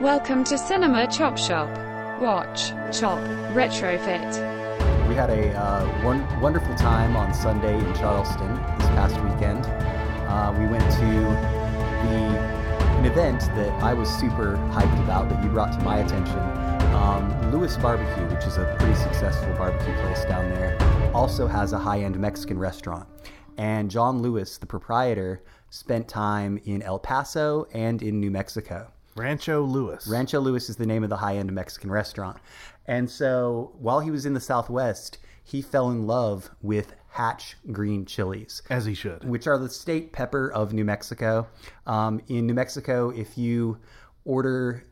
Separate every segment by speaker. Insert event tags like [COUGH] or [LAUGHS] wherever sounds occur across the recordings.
Speaker 1: Welcome to Cinema Chop Shop. Watch, chop, retrofit.
Speaker 2: We had a uh, one, wonderful time on Sunday in Charleston this past weekend. Uh, we went to the, an event that I was super hyped about that you brought to my attention. Um, Lewis Barbecue, which is a pretty successful barbecue place down there, also has a high end Mexican restaurant. And John Lewis, the proprietor, spent time in El Paso and in New Mexico.
Speaker 3: Rancho Lewis.
Speaker 2: Rancho Lewis is the name of the high end Mexican restaurant. And so while he was in the Southwest, he fell in love with Hatch green chilies,
Speaker 3: as he should.
Speaker 2: which are the state pepper of New Mexico. Um, in New Mexico, if you order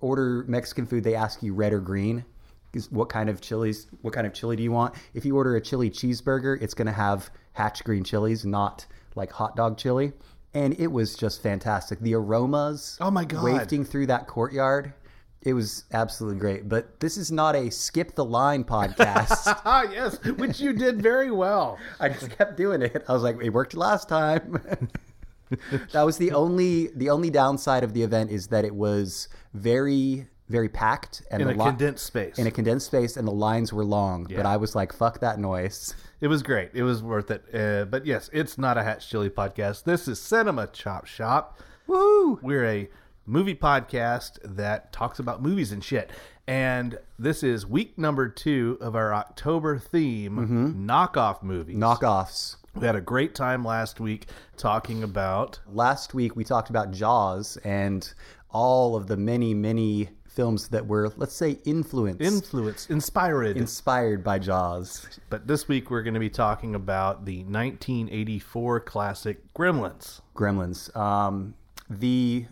Speaker 2: order Mexican food, they ask you red or green. Is what kind of chilies? What kind of chili do you want? If you order a chili cheeseburger, it's going to have Hatch green chilies, not like hot dog chili. And it was just fantastic. The aromas.
Speaker 3: Oh my God.
Speaker 2: Wafting through that courtyard, it was absolutely great. But this is not a skip the line [LAUGHS] podcast.
Speaker 3: Ah, yes, which you did very well.
Speaker 2: I just kept doing it. I was like, it worked last time. [LAUGHS] that was the only the only downside of the event is that it was very very packed and
Speaker 3: [LAUGHS] In
Speaker 2: the
Speaker 3: a
Speaker 2: li-
Speaker 3: condensed space.
Speaker 2: in a condensed space and the lines were long. But I was like, fuck that noise.
Speaker 3: it was great. It was worth it. Uh, but yes, it's not a Hatch Chili podcast. This is Cinema Chop Shop.
Speaker 2: Woo!
Speaker 3: We're a movie podcast that talks about movies and shit. And this is week number two of our October theme knockoff movies.
Speaker 2: Knockoffs.
Speaker 3: we had a great time last week talking about
Speaker 2: Last week we talked about Jaws and all of the many many films that were let's say influenced.
Speaker 3: influence, inspired.
Speaker 2: Inspired by Jaws.
Speaker 3: but this week we're going to be talking about the 1984 classic Gremlins.
Speaker 2: Gremlins. Um, the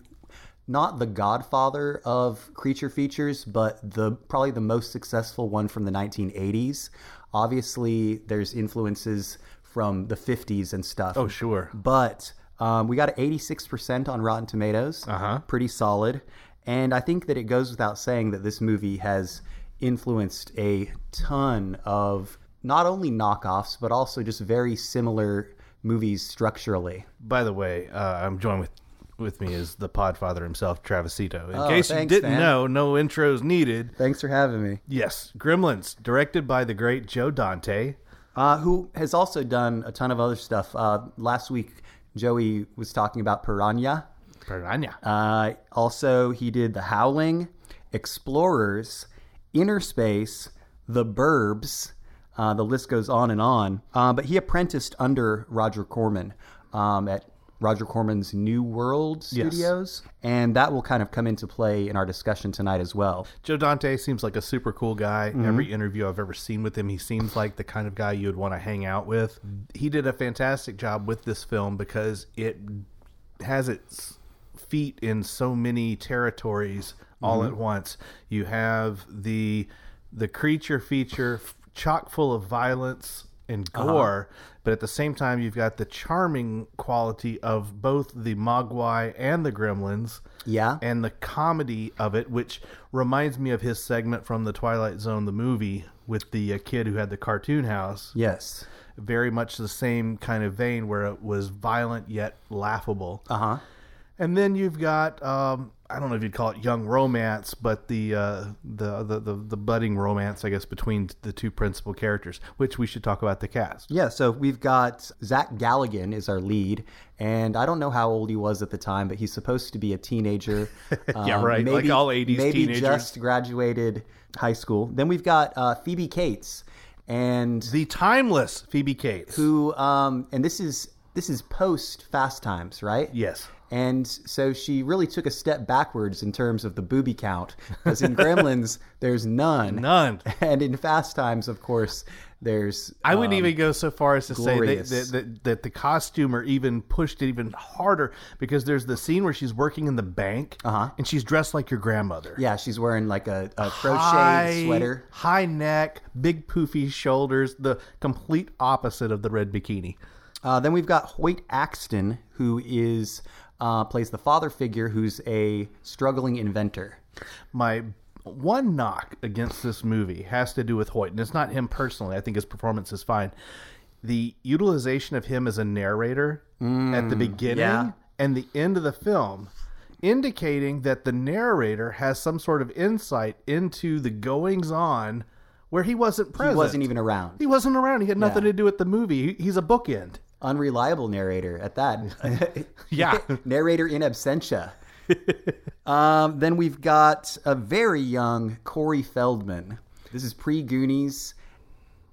Speaker 2: not the godfather of creature features, but the probably the most successful one from the 1980s. Obviously, there's influences from the 50s and stuff.
Speaker 3: Oh, sure.
Speaker 2: But um, we got 86% on Rotten Tomatoes. Uh-huh. Pretty solid. And I think that it goes without saying that this movie has influenced a ton of not only knockoffs, but also just very similar movies structurally.
Speaker 3: By the way, uh, I'm joined with with me is the Podfather himself, Travisito. In
Speaker 2: Oh,
Speaker 3: case
Speaker 2: thanks,
Speaker 3: you didn't
Speaker 2: man.
Speaker 3: know, no intros needed.
Speaker 2: Thanks for having me.
Speaker 3: Yes, Gremlins, directed by the great Joe Dante.
Speaker 2: Uh, who has also done a ton of other stuff. Uh, last week, Joey was talking about Piranha.
Speaker 3: Piranha.
Speaker 2: Uh, also, he did The Howling, Explorers, Inner Space, The Burbs. Uh, the list goes on and on. Uh, but he apprenticed under Roger Corman um, at Roger Corman's New World
Speaker 3: Yes.
Speaker 2: Studios. And that will kind of come into play in our discussion tonight as well.
Speaker 3: Joe Dante seems like a super cool guy. Every interview I've ever seen with him, he seems like the kind of guy you would want to hang out with. He did a fantastic job with this film because it has its feet in so many territories all at once. You have the the creature feature f- chock full of violence and gore, but at the same time you've got the charming quality of both the Mogwai and the Gremlins
Speaker 2: Yeah.
Speaker 3: and the comedy of it, which reminds me of his segment from the Twilight Zone, the movie with the uh, kid who had the cartoon house.
Speaker 2: yes.
Speaker 3: Very much the same kind of vein where it was violent yet laughable.
Speaker 2: Uh huh.
Speaker 3: And then you've got um, I don't know if you'd call it young romance, but the, uh, the the the the budding romance, I guess, between the two principal characters, which we should talk about the cast.
Speaker 2: Yeah, so we've got Zach Galligan is our lead, and I don't know how old he was at the time, but he's supposed to be a teenager.
Speaker 3: [LAUGHS]
Speaker 2: Um,
Speaker 3: Yeah, right, like all 80s
Speaker 2: maybe
Speaker 3: teenagers.
Speaker 2: just graduated high school. Then we've got uh, Phoebe Cates, and
Speaker 3: The timeless Phoebe Cates.
Speaker 2: who, um, and this is this is post Fast Times, right?
Speaker 3: yes.
Speaker 2: And so she really took a step backwards in terms of the booby count, because in Gremlins [LAUGHS] there's none,
Speaker 3: None.
Speaker 2: and in Fast Times, of course, there's
Speaker 3: I wouldn't even go so far as to
Speaker 2: Um, glorious.
Speaker 3: say that, that, that, that the costumer even pushed it even harder because there's the scene where she's working in the bank and she's dressed like your grandmother.
Speaker 2: Uh-huh. yeah, she's wearing like a, a crocheted
Speaker 3: High
Speaker 2: sweater.
Speaker 3: high neck, big poofy shoulders, the complete opposite of the red bikini.
Speaker 2: Uh, then we've got Hoyt Axton, who is uh, plays the father figure, who's a struggling inventor.
Speaker 3: My one knock against this movie has to do with Hoyt, and it's not him personally. I think his performance is fine. The utilization of him as a narrator at the beginning
Speaker 2: Mm, yeah.
Speaker 3: and the end of the film indicating that the narrator has some sort of insight into the goings on where he wasn't present.
Speaker 2: He wasn't even around.
Speaker 3: He wasn't around. He had nothing
Speaker 2: Yeah.
Speaker 3: to do with the movie. He- He's a bookend.
Speaker 2: Unreliable narrator at that.
Speaker 3: [LAUGHS] Yeah.
Speaker 2: [LAUGHS] narrator in absentia. [LAUGHS] um, then we've got a very young Corey Feldman. This is pre Goonies.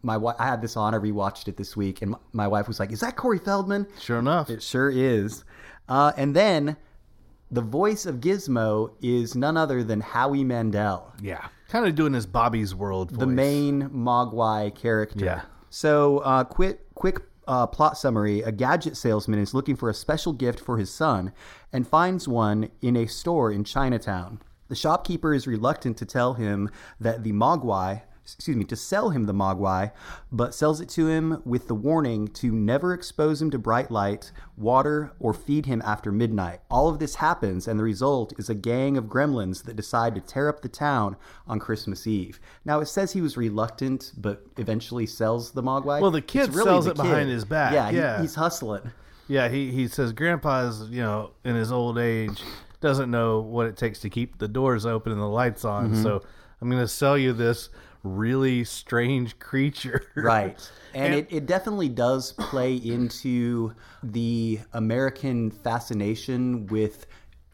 Speaker 2: My wi- I had this on. I rewatched it this week, and my, my wife was like, "Is that Corey Feldman?"
Speaker 3: Sure enough.
Speaker 2: It sure is. Uh, and then the voice of Gizmo is none other than Howie Mandel,
Speaker 3: yeah. Kind of doing his Bobby's World voice.
Speaker 2: the main Mogwai character.
Speaker 3: Yeah.
Speaker 2: So, uh, quick, quick uh, plot summary: A gadget salesman is looking for a special gift for his son, and finds one in a store in Chinatown. The shopkeeper is reluctant to tell him that the Mogwai, excuse me, to sell him the Mogwai, but sells it to him with the warning to never expose him to bright light, water, or feed him after midnight. All of this happens, and the result is a gang of gremlins that decide to tear up the town on Christmas Eve. Now, it says he was reluctant, but eventually sells the Mogwai.
Speaker 3: Well, the
Speaker 2: It's
Speaker 3: kid
Speaker 2: really
Speaker 3: sells
Speaker 2: the
Speaker 3: it behind
Speaker 2: kid.
Speaker 3: his back,
Speaker 2: Yeah, he-
Speaker 3: yeah.
Speaker 2: he's hustling.
Speaker 3: Yeah, he, he says Grandpa's, you know, in his old age, doesn't know what it takes to keep the doors open and the lights on.
Speaker 2: Mm-hmm.
Speaker 3: So I'm going to sell you this really strange creature.
Speaker 2: [LAUGHS]
Speaker 3: [LAUGHS]
Speaker 2: Right. And,
Speaker 3: And-
Speaker 2: it, it definitely does play into the American fascination with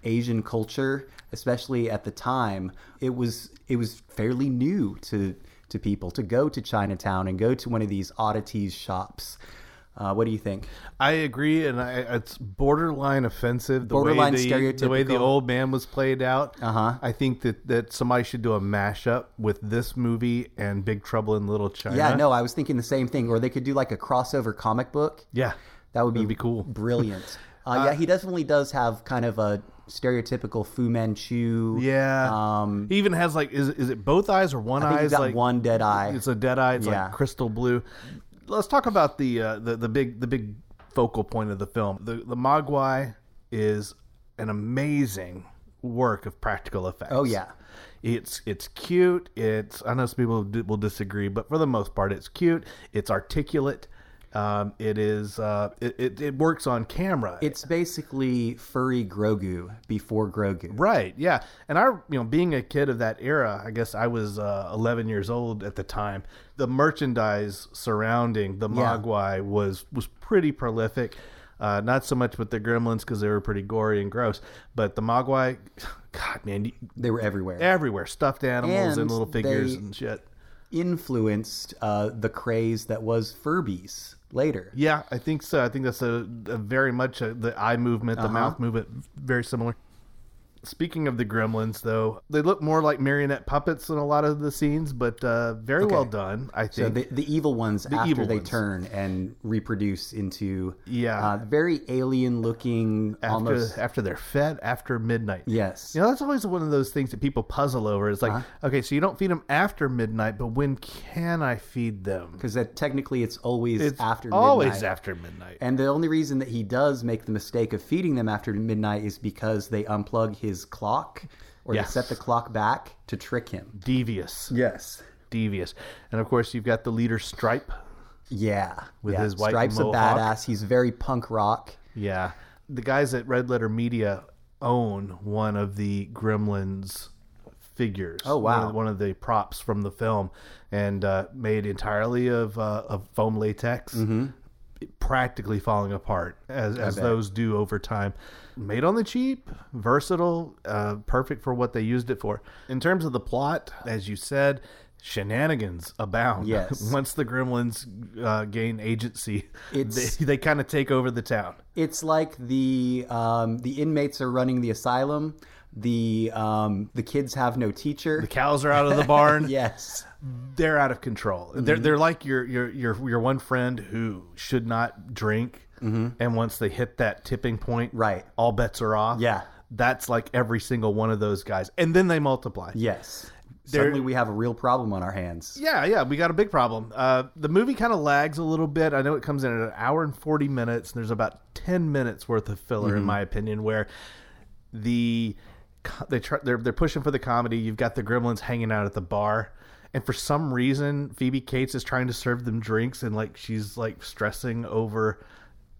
Speaker 2: Asian culture, especially at the time. It was it was fairly new to to people to go to Chinatown and go to one of these oddities shops. Uh, what do you think?
Speaker 3: I agree, and I, it's borderline offensive. The
Speaker 2: Borderline
Speaker 3: way the, The way the
Speaker 2: stereotypical.
Speaker 3: old man was played out.
Speaker 2: Uh-huh.
Speaker 3: I think that, that somebody should do a mashup with this movie and Big Trouble in Little China.
Speaker 2: Yeah, no, I was thinking the same thing. Or they could do like a crossover comic book.
Speaker 3: Yeah.
Speaker 2: That would be,
Speaker 3: That'd be cool. [LAUGHS]
Speaker 2: Brilliant. Uh, yeah, he definitely does have kind of a stereotypical Fu Manchu.
Speaker 3: Yeah.
Speaker 2: Um,
Speaker 3: he even has like, is, is it both eyes or one
Speaker 2: I think
Speaker 3: eye?
Speaker 2: he's
Speaker 3: is
Speaker 2: got
Speaker 3: like,
Speaker 2: one dead eye.
Speaker 3: It's a dead eye. It's
Speaker 2: Yeah.
Speaker 3: like crystal blue. Let's talk about the uh, the the big the big focal point of the film. The the Mogwai is an amazing work of practical effects.
Speaker 2: Oh, yeah.
Speaker 3: It's it's cute. It's I know some people d- will disagree, but for the most part, it's cute. It's articulate. Um, it is uh, it, it it works on camera.
Speaker 2: It's basically furry Grogu before Grogu.
Speaker 3: Right. Yeah. And I, you know, being a kid of that era, I guess I was uh, 11 years old at the time. The merchandise surrounding the
Speaker 2: Yeah.
Speaker 3: Mogwai was was pretty prolific. Uh, not so much with the gremlins because they were pretty gory and gross, but the Mogwai, [SIGHS] God man, you-
Speaker 2: They were everywhere.
Speaker 3: everywhere stuffed animals and,
Speaker 2: And
Speaker 3: little figures
Speaker 2: they-
Speaker 3: and shit.
Speaker 2: Influenced uh, the craze that was Furbies later.
Speaker 3: Yeah, I think so. I think that's a, a very much a, the eye movement,
Speaker 2: Uh-huh.
Speaker 3: the mouth movement, very similar. Speaking of the gremlins, though, they look more like marionette puppets in a lot of the scenes, but uh, very well done, I think.
Speaker 2: So the, the evil ones after
Speaker 3: evil
Speaker 2: they
Speaker 3: ones.
Speaker 2: turn and reproduce into
Speaker 3: Yeah.
Speaker 2: uh, very alien looking
Speaker 3: after,
Speaker 2: almost
Speaker 3: after they're fed, after midnight.
Speaker 2: yes
Speaker 3: You know, that's always one of those things that people puzzle over. It's like,
Speaker 2: Uh-huh.
Speaker 3: okay, so you don't feed them after midnight, but when can I feed them?
Speaker 2: because that technically it's always
Speaker 3: It's
Speaker 2: after
Speaker 3: always
Speaker 2: midnight.
Speaker 3: after midnight.
Speaker 2: And the only reason that he does make the mistake of feeding them after midnight is because they unplug his clock or
Speaker 3: Yes.
Speaker 2: they set the clock back to trick him.
Speaker 3: Devious.
Speaker 2: Yes.
Speaker 3: Devious. And of course, you've got the leader, Stripe.
Speaker 2: Yeah.
Speaker 3: With
Speaker 2: yeah.
Speaker 3: his white
Speaker 2: Stripe's a
Speaker 3: mohawk.
Speaker 2: badass. He's very punk rock.
Speaker 3: Yeah. The guys at Red Letter Media own one of the Gremlins figures.
Speaker 2: Oh, wow.
Speaker 3: One of, one of the props from the film and uh, made entirely of, uh, of foam latex.
Speaker 2: Mm-hmm.
Speaker 3: Practically falling apart as, as those do over time. Made on the cheap, versatile, uh, perfect for what they used it for. In terms of the plot, as you said, shenanigans abound.
Speaker 2: Yes.
Speaker 3: [LAUGHS] Once the gremlins uh, gain agency,
Speaker 2: It's-
Speaker 3: they, they kind of take over the town.
Speaker 2: It's like the um, the inmates are running the asylum. The um, the kids have no teacher.
Speaker 3: The cows are out of the
Speaker 2: [LAUGHS]
Speaker 3: barn.
Speaker 2: yes.
Speaker 3: They're out of control.
Speaker 2: Mm-hmm.
Speaker 3: They're they're like your your your your one friend who should not drink, and once they hit that tipping point,
Speaker 2: Mm-hmm. Right.
Speaker 3: all bets are off.
Speaker 2: Yeah.
Speaker 3: that's like every single one of those guys, and then they multiply.
Speaker 2: Yes.
Speaker 3: They're-
Speaker 2: Suddenly we have a real problem on our hands.
Speaker 3: Yeah, yeah, we got a big problem. Uh, the movie kind of lags a little bit. I know it comes in at an hour and 40 minutes, and there's about 10 minutes worth of filler, in my opinion, where the co- they try, they're, they're pushing for the comedy. You've got the gremlins hanging out at the bar. And for some reason, Phoebe Cates is trying to serve them drinks, and like she's like stressing over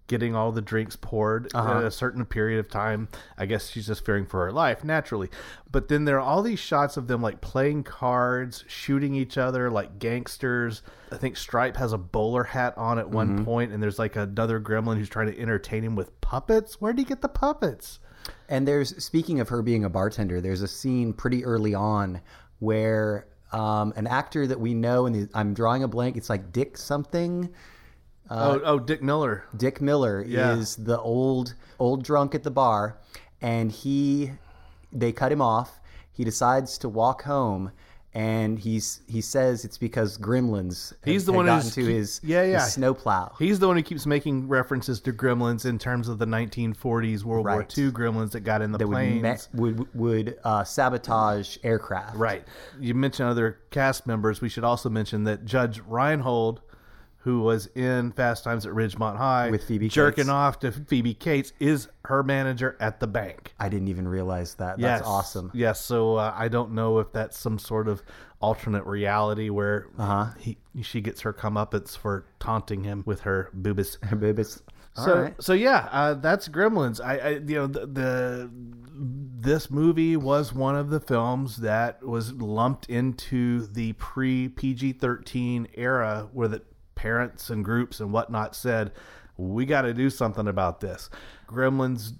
Speaker 3: getting all the drinks poured
Speaker 2: Uh-huh.
Speaker 3: at a certain period of time. I guess she's just fearing for her life naturally. But then there are all these shots of them like playing cards, shooting each other like gangsters. I think Stripe has a bowler hat on at one
Speaker 2: Mm-hmm.
Speaker 3: point, and there's like another gremlin who's trying to entertain him with puppets. Where'd he get the puppets?
Speaker 2: And there's speaking of her being a bartender, there's a scene pretty early on where um, an actor that we know, and I'm drawing a blank. It's like Dick something. Uh,
Speaker 3: oh, oh, Dick Miller.
Speaker 2: Dick Miller
Speaker 3: Yeah.
Speaker 2: is the old old drunk at the bar, and he they cut him off. He decides to walk home, and he's he says it's because Gremlins. had-
Speaker 3: He's the
Speaker 2: had
Speaker 3: one
Speaker 2: gotten
Speaker 3: who's
Speaker 2: to
Speaker 3: keep-
Speaker 2: his
Speaker 3: yeah, yeah.
Speaker 2: his snowplow.
Speaker 3: He's the one who keeps making references to gremlins in terms of the 1940s World War
Speaker 2: Right.
Speaker 3: II gremlins that got in the
Speaker 2: that would,
Speaker 3: planes.
Speaker 2: me- would would uh, sabotage aircraft.
Speaker 3: Right. You mentioned other cast members. We should also mention that Judge Reinhold, who was in Fast Times at Ridgemont High
Speaker 2: With Phoebe
Speaker 3: jerking
Speaker 2: Cates.
Speaker 3: off to Phoebe Cates, is her manager at the bank.
Speaker 2: I didn't even realize that.
Speaker 3: Yes.
Speaker 2: That's awesome. [LAUGHS]
Speaker 3: Yes. So uh, I don't know if that's some sort of alternate reality where
Speaker 2: Uh-huh.
Speaker 3: he, she gets her comeuppance for taunting him with her boobas.
Speaker 2: Boobas. All
Speaker 3: so
Speaker 2: right.
Speaker 3: so yeah, uh, that's Gremlins. I, I you know the, the this movie was one of the films that was lumped into the pre PG thirteen era where the parents and groups and whatnot said we got to do something about this. Gremlins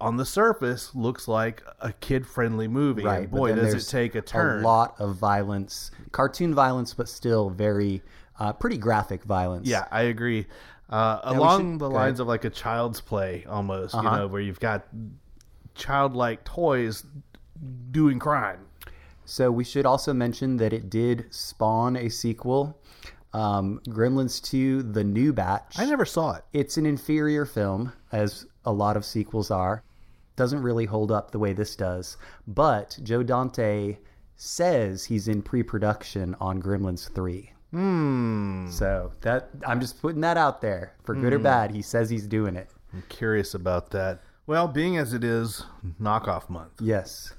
Speaker 3: on the surface looks like a kid friendly movie.
Speaker 2: Right.
Speaker 3: and
Speaker 2: but
Speaker 3: boy,
Speaker 2: then
Speaker 3: does
Speaker 2: there's
Speaker 3: it take a turn.
Speaker 2: A lot of violence, cartoon violence, but still very, uh, pretty graphic violence.
Speaker 3: Yeah, I agree. Uh, along
Speaker 2: should-
Speaker 3: the
Speaker 2: go ahead.
Speaker 3: lines of like a child's play, almost, you know, where you've got childlike toys doing crime.
Speaker 2: So we should also mention that it did spawn a sequel, um, Gremlins 2: The New Batch.
Speaker 3: I never saw it.
Speaker 2: It's an inferior film, as a lot of sequels are. Doesn't really hold up the way this does. But Joe Dante says he's in pre-production on Gremlins 3. Hmm. So that I'm just putting that out there for good
Speaker 3: Hmm.
Speaker 2: or bad. He says he's doing it.
Speaker 3: I'm curious about that. Well, being as it is knockoff month,
Speaker 2: Yes.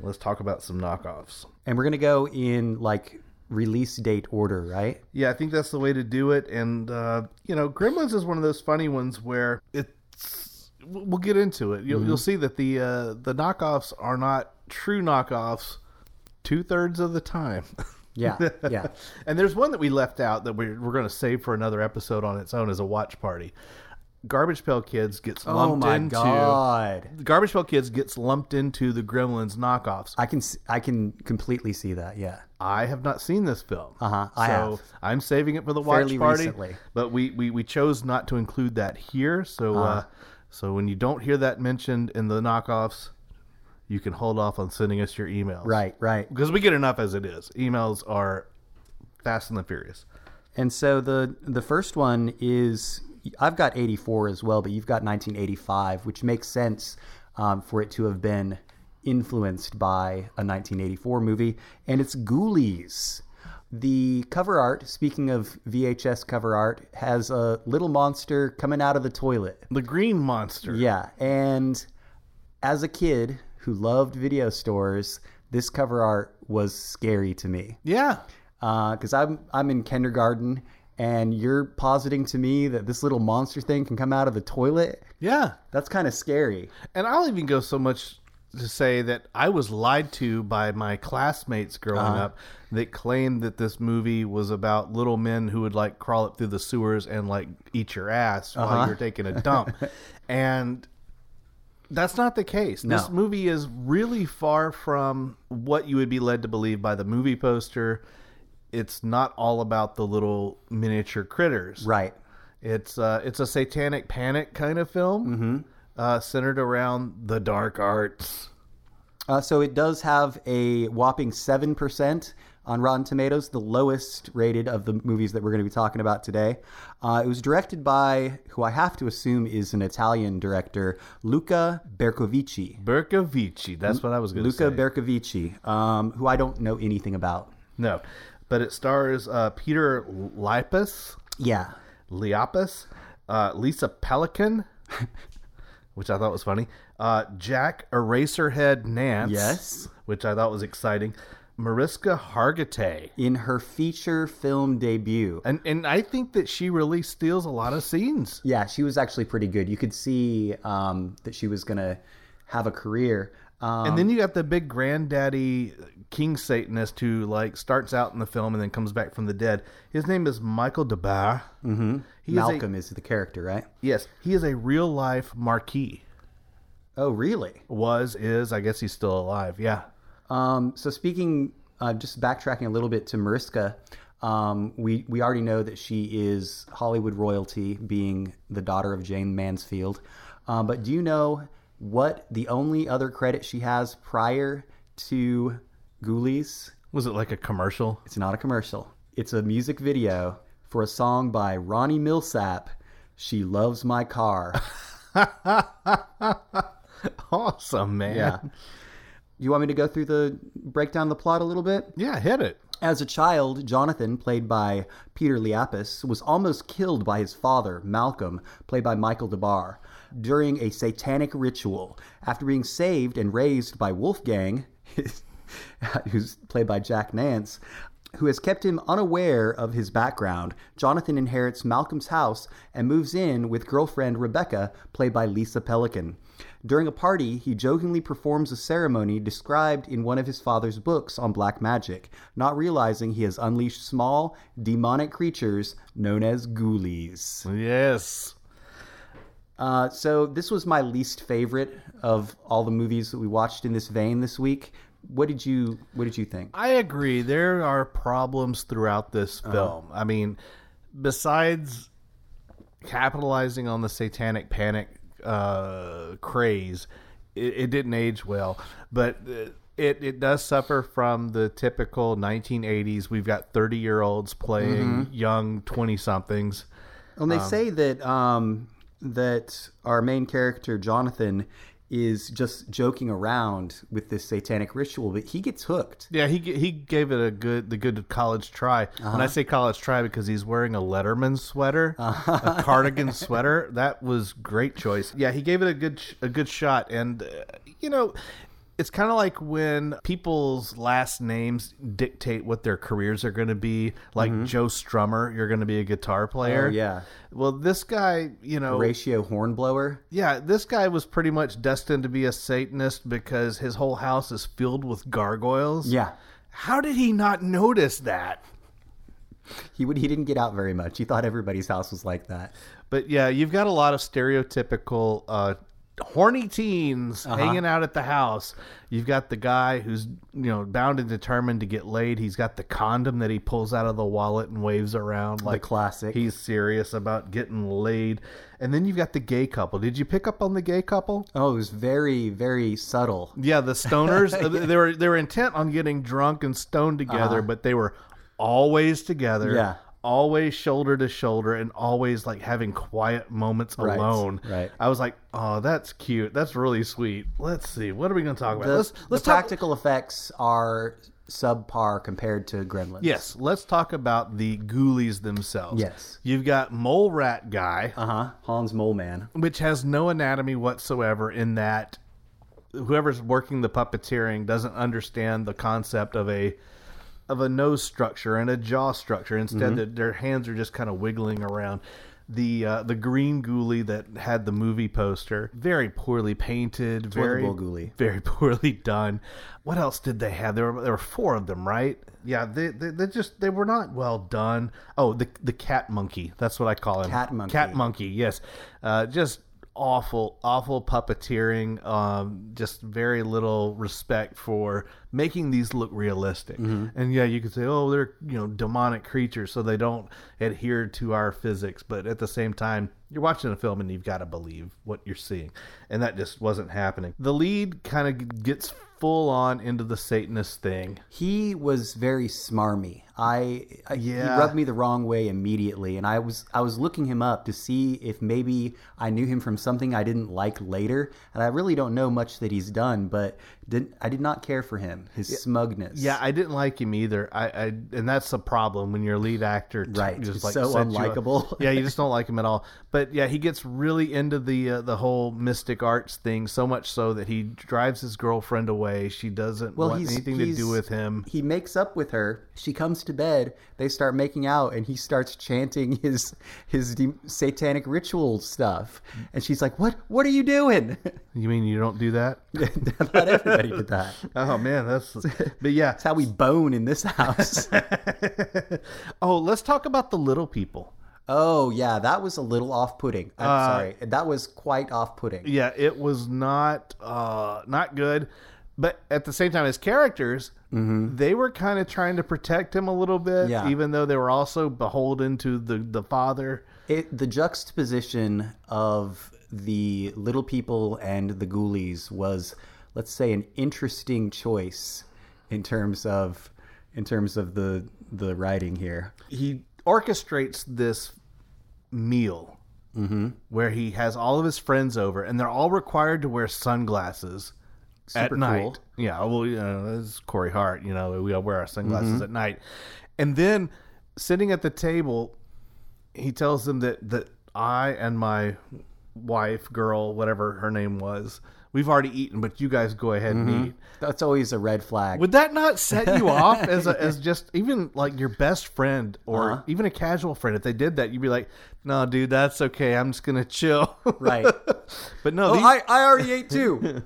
Speaker 3: let's talk about some knockoffs.
Speaker 2: And we're gonna go in like release date order, right?
Speaker 3: Yeah, I think that's the way to do it. And uh, you know, Gremlins is one of those funny ones where it's we'll get into it. You'll, you'll see that the uh, the knockoffs are not true knockoffs two thirds of the time. [LAUGHS]
Speaker 2: Yeah. Yeah.
Speaker 3: and there's one that we left out that we're, we're going to save for another episode on its own as a watch party. Garbage Pail Kids gets lumped
Speaker 2: oh my
Speaker 3: into
Speaker 2: god.
Speaker 3: Garbage Pail Kids gets lumped into the Gremlins knockoffs.
Speaker 2: I can s- I can completely see that. Yeah.
Speaker 3: I have not seen this film.
Speaker 2: Uh-huh, I
Speaker 3: so
Speaker 2: have.
Speaker 3: I'm saving it for the watch
Speaker 2: Fairly
Speaker 3: party.
Speaker 2: recently.
Speaker 3: But we, we, we chose not to include that here. So uh
Speaker 2: Uh-huh.
Speaker 3: so when you don't hear that mentioned in the knockoffs, you can hold off on sending us your emails.
Speaker 2: Right. Right.
Speaker 3: Because we get enough as it is. Emails are fast and the furious.
Speaker 2: And so the the first one is I've got 84 as well, but you've got 1985, which makes sense um, for it to have been influenced by a 1984 movie, and it's Ghoulies. The cover art, speaking of VHS cover art, has a little monster coming out of the toilet.
Speaker 3: The Green Monster.
Speaker 2: Yeah, and as a kid who loved video stores, this cover art was scary to me
Speaker 3: Yeah.
Speaker 2: because I'm I'm in kindergarten and you're positing to me that this little monster thing can come out of the toilet.
Speaker 3: Yeah.
Speaker 2: That's kind of scary.
Speaker 3: And I'll even go so much to say that I was lied to by my classmates growing up that claimed that this movie was about little men who would like crawl up through the sewers and like eat your ass while you're taking a dump. and that's not the case. This
Speaker 2: No.
Speaker 3: movie is really far from what you would be led to believe by the movie poster. It's not all about the little miniature critters.
Speaker 2: Right.
Speaker 3: It's uh, it's a satanic panic kind of film,
Speaker 2: Mm-hmm.
Speaker 3: uh, centered around the dark arts.
Speaker 2: Uh, so it does have a whopping seven percent on Rotten Tomatoes, the lowest rated of the movies that we're going to be talking about today. Uh, it was directed by who I have to assume is an Italian director, Luca Bercovici.
Speaker 3: Berkovici. That's what I was going to say.
Speaker 2: Luca Bercovici, um, who I don't know anything about.
Speaker 3: no, but it stars uh, Peter Lipas,
Speaker 2: Yeah,
Speaker 3: Liapas, uh, Lisa
Speaker 2: [LAUGHS]
Speaker 3: Pelican, which I thought was funny. Uh, Jack Eraserhead Nance.
Speaker 2: Yes.
Speaker 3: which I thought was exciting. Mariska Hargitay.
Speaker 2: in her feature film debut.
Speaker 3: And and I think that she really steals a lot of scenes.
Speaker 2: Yeah, she was actually pretty good. You could see um, that she was gonna have a career. Um,
Speaker 3: And then you got the big granddaddy king Satanist who like starts out in the film and then comes back from the dead. His name is Michael DeBar. Mm-hmm. He
Speaker 2: Malcolm
Speaker 3: Is
Speaker 2: is the character, right?
Speaker 3: a, yes, he is a real life marquis.
Speaker 2: Oh, really?
Speaker 3: Was is I guess he's still alive. Yeah,
Speaker 2: Um, so speaking, uh, just backtracking a little bit to Mariska, um, we we already know that she is Hollywood royalty, being the daughter of Jane Mansfield. Um, but do you know what the only other credit she has prior to Ghoulies?
Speaker 3: was it like a commercial? [LAUGHS]
Speaker 2: It's not a commercial. It's a music video for a song by Ronnie Millsap. She loves my car.
Speaker 3: Awesome man.
Speaker 2: Yeah. you want me to go through the break down the plot a little bit?
Speaker 3: yeah, hit it.
Speaker 2: As a child, Jonathan, played by Peter Liapis, was almost killed by his father, Malcolm, played by Michael DeBar, during a satanic ritual. After being saved and raised by Wolfgang, [LAUGHS] who's played by Jack Nance, who has kept him unaware of his background, Jonathan inherits Malcolm's house and moves in with girlfriend Rebecca, played by Lisa Pelican. During a party, he jokingly performs a ceremony described in one of his father's books on black magic, not realizing he has unleashed small, demonic creatures known as ghoulies.
Speaker 3: Yes.
Speaker 2: Uh, so this was my least favorite of all the movies that we watched in this vein this week. What did you What did you think?
Speaker 3: I agree. There are problems throughout this film. I mean, besides capitalizing on the satanic panic uh, craze, it, it didn't age well. But uh, it it does suffer from the typical 1980s. We've got 30 year olds playing young 20 somethings.
Speaker 2: And they say that um, that our main character Jonathan is just joking around with this satanic ritual, but he gets hooked.
Speaker 3: Yeah, he g- he gave it a good the good college try. When
Speaker 2: Uh-huh.
Speaker 3: I say college try, because he's wearing a Letterman sweater,
Speaker 2: Uh-huh. [LAUGHS]
Speaker 3: a cardigan sweater. That was great choice. Yeah, he gave it a good sh- a good shot, and uh, you know. It's kind of like when people's last names dictate what their careers are going to be. Like Joe Strummer, you're going to be a guitar player.
Speaker 2: Mm-hmm. Oh, yeah.
Speaker 3: Well, this guy, you know,
Speaker 2: Ratio hornblower.
Speaker 3: yeah, this guy was pretty much destined to be a Satanist because his whole house is filled with gargoyles.
Speaker 2: Yeah,
Speaker 3: How did he not notice that?
Speaker 2: he would. He didn't get out very much. He thought everybody's house was like that.
Speaker 3: But yeah, you've got a lot of stereotypical uh, horny teens hanging out at the house. You've got the guy who's you know bound and determined to get laid. He's got the condom that he pulls out of the wallet and waves around like
Speaker 2: classic.
Speaker 3: He's serious about getting laid. And then you've got the gay couple. Did you pick up on the gay couple?
Speaker 2: Oh, it was very very subtle.
Speaker 3: Yeah, the stoners.
Speaker 2: [LAUGHS]
Speaker 3: uh, they were they were intent on getting drunk and stoned together, but they were always together.
Speaker 2: Uh-huh. Yeah.
Speaker 3: Always shoulder to shoulder and always like having quiet moments
Speaker 2: Right,
Speaker 3: alone.
Speaker 2: right.
Speaker 3: I was like, oh, that's cute. That's really sweet. Let's see. What are we going to talk about?
Speaker 2: The,
Speaker 3: let's let's
Speaker 2: the
Speaker 3: talk.
Speaker 2: practical effects are subpar compared to Gremlins.
Speaker 3: yes, let's talk about the ghoulies themselves.
Speaker 2: Yes.
Speaker 3: You've got mole rat guy,
Speaker 2: Uh huh. Hans Mole Man.
Speaker 3: which has no anatomy whatsoever in that whoever's working the puppeteering doesn't understand the concept of a of a nose structure and a jaw structure instead
Speaker 2: Mm-hmm.
Speaker 3: that their hands are just kind of wiggling around the uh, the green ghoulie that had the movie poster very poorly painted very
Speaker 2: bowl ghoulie.
Speaker 3: very [LAUGHS] poorly done what else did they have there were, there were four of them right yeah they, they they just they were not well done oh the the cat monkey that's what i call him
Speaker 2: Cat monkey.
Speaker 3: cat monkey yes uh, just awful awful puppeteering um, just very little respect for making these look realistic and yeah you could say oh they're you know demonic creatures so they don't adhere to our physics but at the same time you're watching a film and you've got to believe what you're seeing and that just wasn't happening the lead kind of gets full on into the satanist thing
Speaker 2: He was very smarmy. I, I
Speaker 3: Yeah.
Speaker 2: he rubbed me the wrong way immediately, and I was I was looking him up to see if maybe I knew him from something I didn't like later, and I really don't know much that he's done, but didn't I did not care for him. him, his smugness.
Speaker 3: Yeah, I didn't like him either. I, I and that's the problem when your lead actor t-
Speaker 2: Right,
Speaker 3: just
Speaker 2: he's
Speaker 3: like
Speaker 2: so
Speaker 3: sets you up.
Speaker 2: unlikable.
Speaker 3: [LAUGHS] yeah, you just don't like him at all. But yeah, he gets really into the uh, the whole mystic arts thing so much so that he drives his girlfriend away. She doesn't
Speaker 2: well,
Speaker 3: want
Speaker 2: he's
Speaker 3: anything to
Speaker 2: he's-
Speaker 3: do with him.
Speaker 2: He makes up with her. She comes to bed. They start making out, and he starts chanting his his de- satanic ritual stuff. And she's like, "What? What are you doing?" [LAUGHS]
Speaker 3: You mean you don't do [LAUGHS] that?
Speaker 2: Not everybody did that.
Speaker 3: Oh man, that's but yeah.
Speaker 2: That's how we bone in this house.
Speaker 3: [LAUGHS] oh, let's talk about the little people.
Speaker 2: oh yeah, that was a little off-putting. I'm sorry, that was quite off-putting.
Speaker 3: Yeah, it was not uh not good. But at the same time, as characters, they were kind of trying to protect him a little bit,
Speaker 2: Yeah.
Speaker 3: even though they were also beholden to the the father.
Speaker 2: It, the juxtaposition of the little people and the ghoulies was, let's say, an interesting choice in terms of in terms of the the writing here.
Speaker 3: He orchestrates this meal where he has all of his friends over, and they're all required to wear sunglasses at
Speaker 2: Super
Speaker 3: night.
Speaker 2: cool.
Speaker 3: Yeah, well, you know, this is Corey Hart. You know, we all wear our sunglasses
Speaker 2: Mm-hmm.
Speaker 3: at night, and then sitting at the table, he tells them that that I and my wife, girl, whatever her name was, we've already eaten, but you guys go ahead
Speaker 2: Mm-hmm.
Speaker 3: and eat.
Speaker 2: That's always a red flag.
Speaker 3: Would that not set you off as a, as just even like your best friend or
Speaker 2: Uh-huh.
Speaker 3: even a casual friend? If they did that, you'd be like, "No, dude, that's okay. I'm just gonna chill."
Speaker 2: [LAUGHS]
Speaker 3: [LAUGHS]
Speaker 2: right.
Speaker 3: but no,
Speaker 2: Oh,
Speaker 3: these-
Speaker 2: I, I already ate too.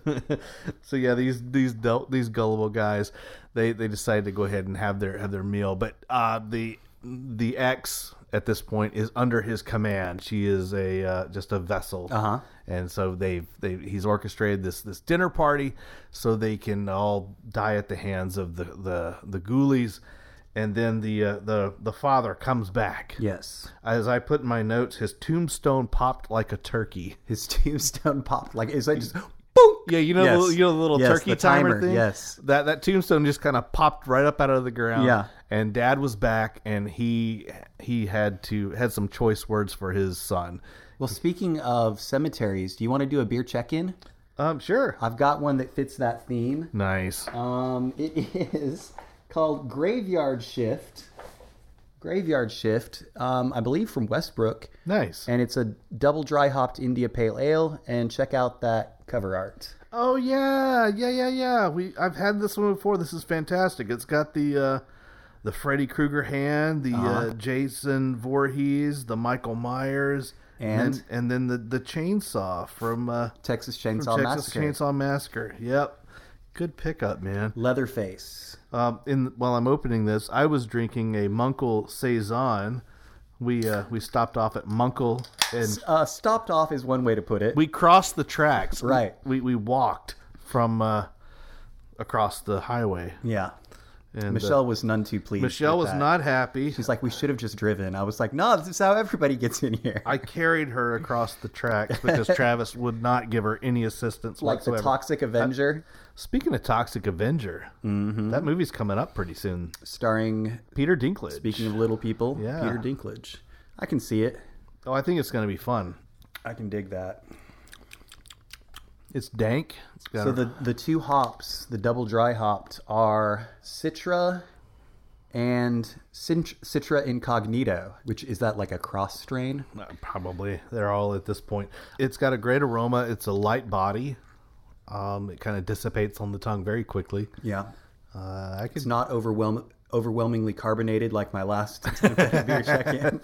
Speaker 3: so yeah, these these del- these gullible guys, they they decided to go ahead and have their have their meal. But uh, the the ex at this point is under his command. She is a uh, just a vessel,
Speaker 2: Uh-huh.
Speaker 3: and so they've they he's orchestrated this this dinner party so they can all die at the hands of the the the ghoulies. And then the uh, the the father comes back.
Speaker 2: yes.
Speaker 3: As I put in my notes, his tombstone popped like a turkey.
Speaker 2: His tombstone popped like it's like just
Speaker 3: Yeah, you know,
Speaker 2: Yes.
Speaker 3: the, you know the little
Speaker 2: Yes,
Speaker 3: turkey
Speaker 2: the
Speaker 3: timer,
Speaker 2: timer,
Speaker 3: thing.
Speaker 2: yes.
Speaker 3: that that tombstone just kind of popped right up out of the ground.
Speaker 2: Yeah.
Speaker 3: and Dad was back, and he he had to had some choice words for his son.
Speaker 2: Well, speaking of cemeteries, do you want to do a beer check-in?
Speaker 3: Um, sure,
Speaker 2: I've got one that fits that theme.
Speaker 3: nice.
Speaker 2: Um, it [LAUGHS] is called Graveyard Shift. Graveyard Shift, um, I believe from Westbrook,
Speaker 3: Nice.
Speaker 2: and it's a double dry hopped India Pale Ale. And check out that cover art.
Speaker 3: oh yeah, yeah, yeah, yeah. We I've had this one before. This is fantastic. It's got the uh, the Freddy Krueger hand,
Speaker 2: Uh-huh.
Speaker 3: the uh, Jason Voorhees, the Michael Myers,
Speaker 2: And?
Speaker 3: then- and, then the the chainsaw from uh,
Speaker 2: Texas Chainsaw
Speaker 3: Texas
Speaker 2: Massacre.
Speaker 3: Chainsaw Massacre. Yep. Good pickup, man.
Speaker 2: Leatherface.
Speaker 3: Um, in while I'm opening this, I was drinking a Munkel saison. We uh, we stopped off at Munkel and
Speaker 2: Uh, stopped off is one way to put it.
Speaker 3: we crossed the tracks.
Speaker 2: Right.
Speaker 3: We we walked from uh, across the highway.
Speaker 2: yeah.
Speaker 3: And, uh,
Speaker 2: Michelle was none too pleased.
Speaker 3: Michelle
Speaker 2: with
Speaker 3: was
Speaker 2: that.
Speaker 3: not happy.
Speaker 2: She's like, we should have just driven. I was like, no, this is how everybody gets in here.
Speaker 3: I carried her across the tracks because Travis would not give her any
Speaker 2: [LAUGHS]
Speaker 3: assistance
Speaker 2: like
Speaker 3: whatsoever.
Speaker 2: the Toxic Avenger,
Speaker 3: Speaking of Toxic Avenger,
Speaker 2: Mm-hmm.
Speaker 3: that movie's coming up pretty soon.
Speaker 2: starring
Speaker 3: Peter Dinklage.
Speaker 2: speaking of little people,
Speaker 3: Yeah.
Speaker 2: Peter Dinklage. I can see it.
Speaker 3: Oh, I think it's going to be fun.
Speaker 2: I can dig that.
Speaker 3: It's dank. It's got
Speaker 2: So
Speaker 3: a-
Speaker 2: the the two hops, the double dry hopped, are Citra and Cint- Citra Incognito, which is that like a cross strain?
Speaker 3: Uh, Probably. They're all at this point. It's got a great aroma. It's a light body. Um, it kind of dissipates on the tongue very quickly.
Speaker 2: Yeah,
Speaker 3: Uh, I could.
Speaker 2: it's not overwhelm overwhelmingly carbonated like my last attempt at a beer check-in.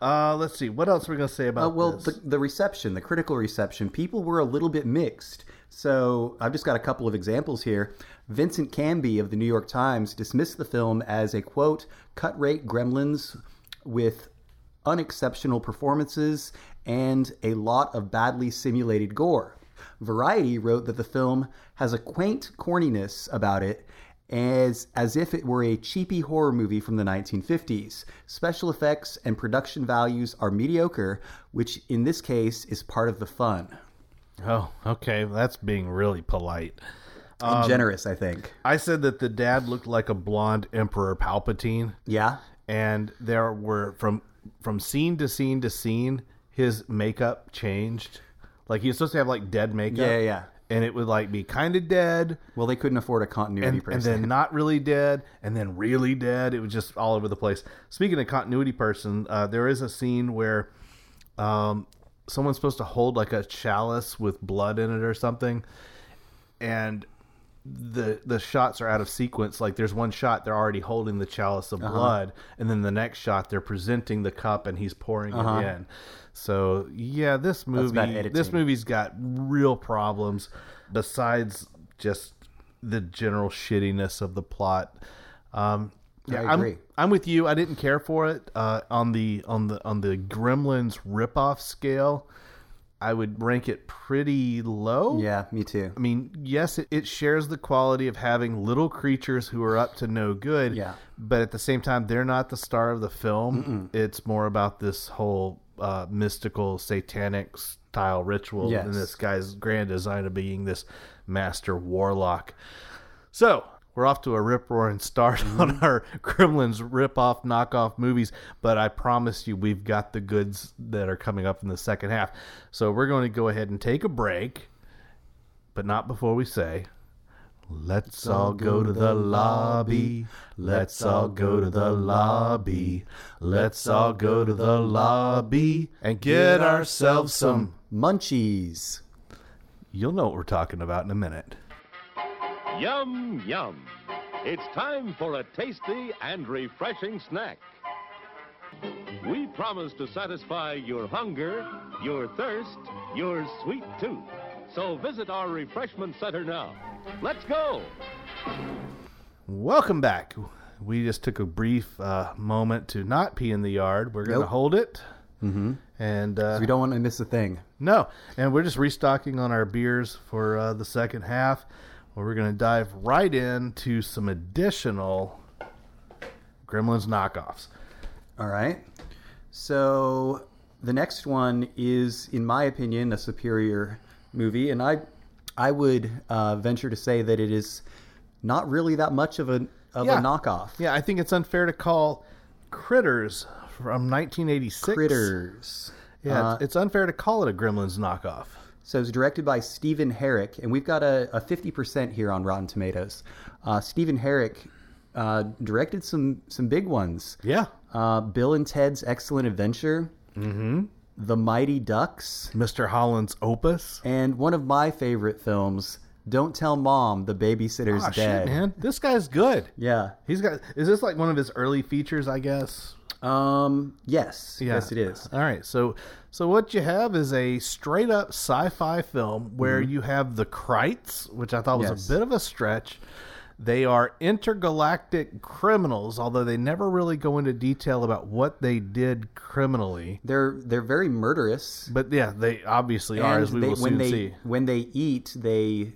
Speaker 3: Uh, let's see. What else are we gonna say about?
Speaker 2: Uh, well,
Speaker 3: this?
Speaker 2: the, the reception, the critical reception, people were a little bit mixed. So I've just got a couple of examples here. Vincent Canby of the New York Times dismissed the film as a quote, cut rate gremlins with unexceptional performances and a lot of badly simulated gore. Variety wrote that the film has a quaint corniness about it as as if it were a cheapy horror movie from the 1950s. Special effects and production values are mediocre, which in this case is part of the fun.
Speaker 3: oh, okay. That's being really polite.
Speaker 2: And
Speaker 3: Um,
Speaker 2: generous, I think.
Speaker 3: I said that the dad looked like a blonde Emperor Palpatine,
Speaker 2: Yeah.
Speaker 3: and there were from from scene to scene to scene, his makeup changed. Like he was supposed to have like dead makeup.
Speaker 2: Yeah, yeah, yeah.
Speaker 3: and it would like be kind of dead
Speaker 2: Well, they couldn't afford a continuity
Speaker 3: and, and
Speaker 2: person.
Speaker 3: then not really dead, and then really dead. It was just all over the place. Speaking of continuity person, uh, there is a scene where um, someone's supposed to hold like a chalice with blood in it or something, and the the shots are out of sequence. Like there's one shot they're already holding the chalice
Speaker 2: Uh-huh.
Speaker 3: of blood, and then the next shot they're presenting the cup and he's pouring it in. So yeah, this
Speaker 2: Uh-huh. bad
Speaker 3: movie this
Speaker 2: editing.
Speaker 3: movie's got real problems besides just the general shittiness of the plot. Um, yeah,
Speaker 2: I
Speaker 3: I'm-
Speaker 2: agree.
Speaker 3: I'm with you. I didn't care for it uh, on the on the on the Gremlins ripoff scale. I would rank it pretty low.
Speaker 2: yeah, me too.
Speaker 3: I mean, yes, it, it shares the quality of having little creatures who are up to no good.
Speaker 2: Yeah.
Speaker 3: But at the same time, they're not the star of the film. It's more about this whole uh, mystical, satanic style ritual
Speaker 2: Yes.
Speaker 3: and this guy's grand design of being this master warlock. So. We're off to a rip roaring start [LAUGHS] on
Speaker 2: Mm-hmm.
Speaker 3: our Gremlins rip off knockoff movies, but I promise you we've got the goods that are coming up in the second half. So we're going to go ahead and take a break but not before we say, Let's all go to the lobby. Let's all go to the lobby. Let's all go to the lobby and get ourselves some.
Speaker 2: Mm. Munchies.
Speaker 3: You'll know what we're talking about in a minute.
Speaker 4: [LAUGHS] Yum, yum. It's time for a tasty and refreshing snack. We promise to satisfy your hunger, your thirst, your sweet tooth. So visit our refreshment center now. Let's go.
Speaker 3: Welcome back. We just took a brief uh, moment to not pee in the yard. We're going to
Speaker 2: Nope.
Speaker 3: hold it. Mm-hmm. And uh,
Speaker 2: We don't want to miss a thing.
Speaker 3: No, and we're just restocking on our beers for uh, the second half, where we're going to dive right into some additional Gremlins knockoffs.
Speaker 2: All right. So the next one is, in my opinion, a superior movie, and I, I would uh, venture to say that it is not really that much of a of
Speaker 3: Yeah.
Speaker 2: a knockoff.
Speaker 3: Yeah, I think it's unfair to call Critters from 1986.
Speaker 2: Critters.
Speaker 3: Yeah,
Speaker 2: Uh,
Speaker 3: it's, it's unfair to call it a Gremlins knockoff.
Speaker 2: So it's directed by Stephen Herrick, and we've got a, a 50% here on Rotten Tomatoes. Uh, Stephen Herrick uh, directed some some big ones.
Speaker 3: Yeah,
Speaker 2: Uh, Bill and Ted's Excellent Adventure,
Speaker 3: Mm-hmm.
Speaker 2: The Mighty Ducks,
Speaker 3: Mr. Holland's opus.
Speaker 2: and one of my favorite films, Don't Tell Mom the Babysitter's
Speaker 3: Ah,
Speaker 2: Dead.
Speaker 3: shit, man, this guy's good.
Speaker 2: Yeah.
Speaker 3: He's got. Is this like one of his early features? I guess.
Speaker 2: Um. Yes.
Speaker 3: Yeah.
Speaker 2: Yes, it is.
Speaker 3: All right. So so what you have is a straight up sci-fi film where you have the Krites, which I thought was
Speaker 2: Mm-hmm. Yes.
Speaker 3: a bit of a stretch. They are intergalactic criminals, although they never really go into detail about what they did criminally.
Speaker 2: They're they're very murderous.
Speaker 3: But yeah, they obviously are, as we
Speaker 2: they-
Speaker 3: will
Speaker 2: when
Speaker 3: soon
Speaker 2: they
Speaker 3: see.
Speaker 2: when they eat, they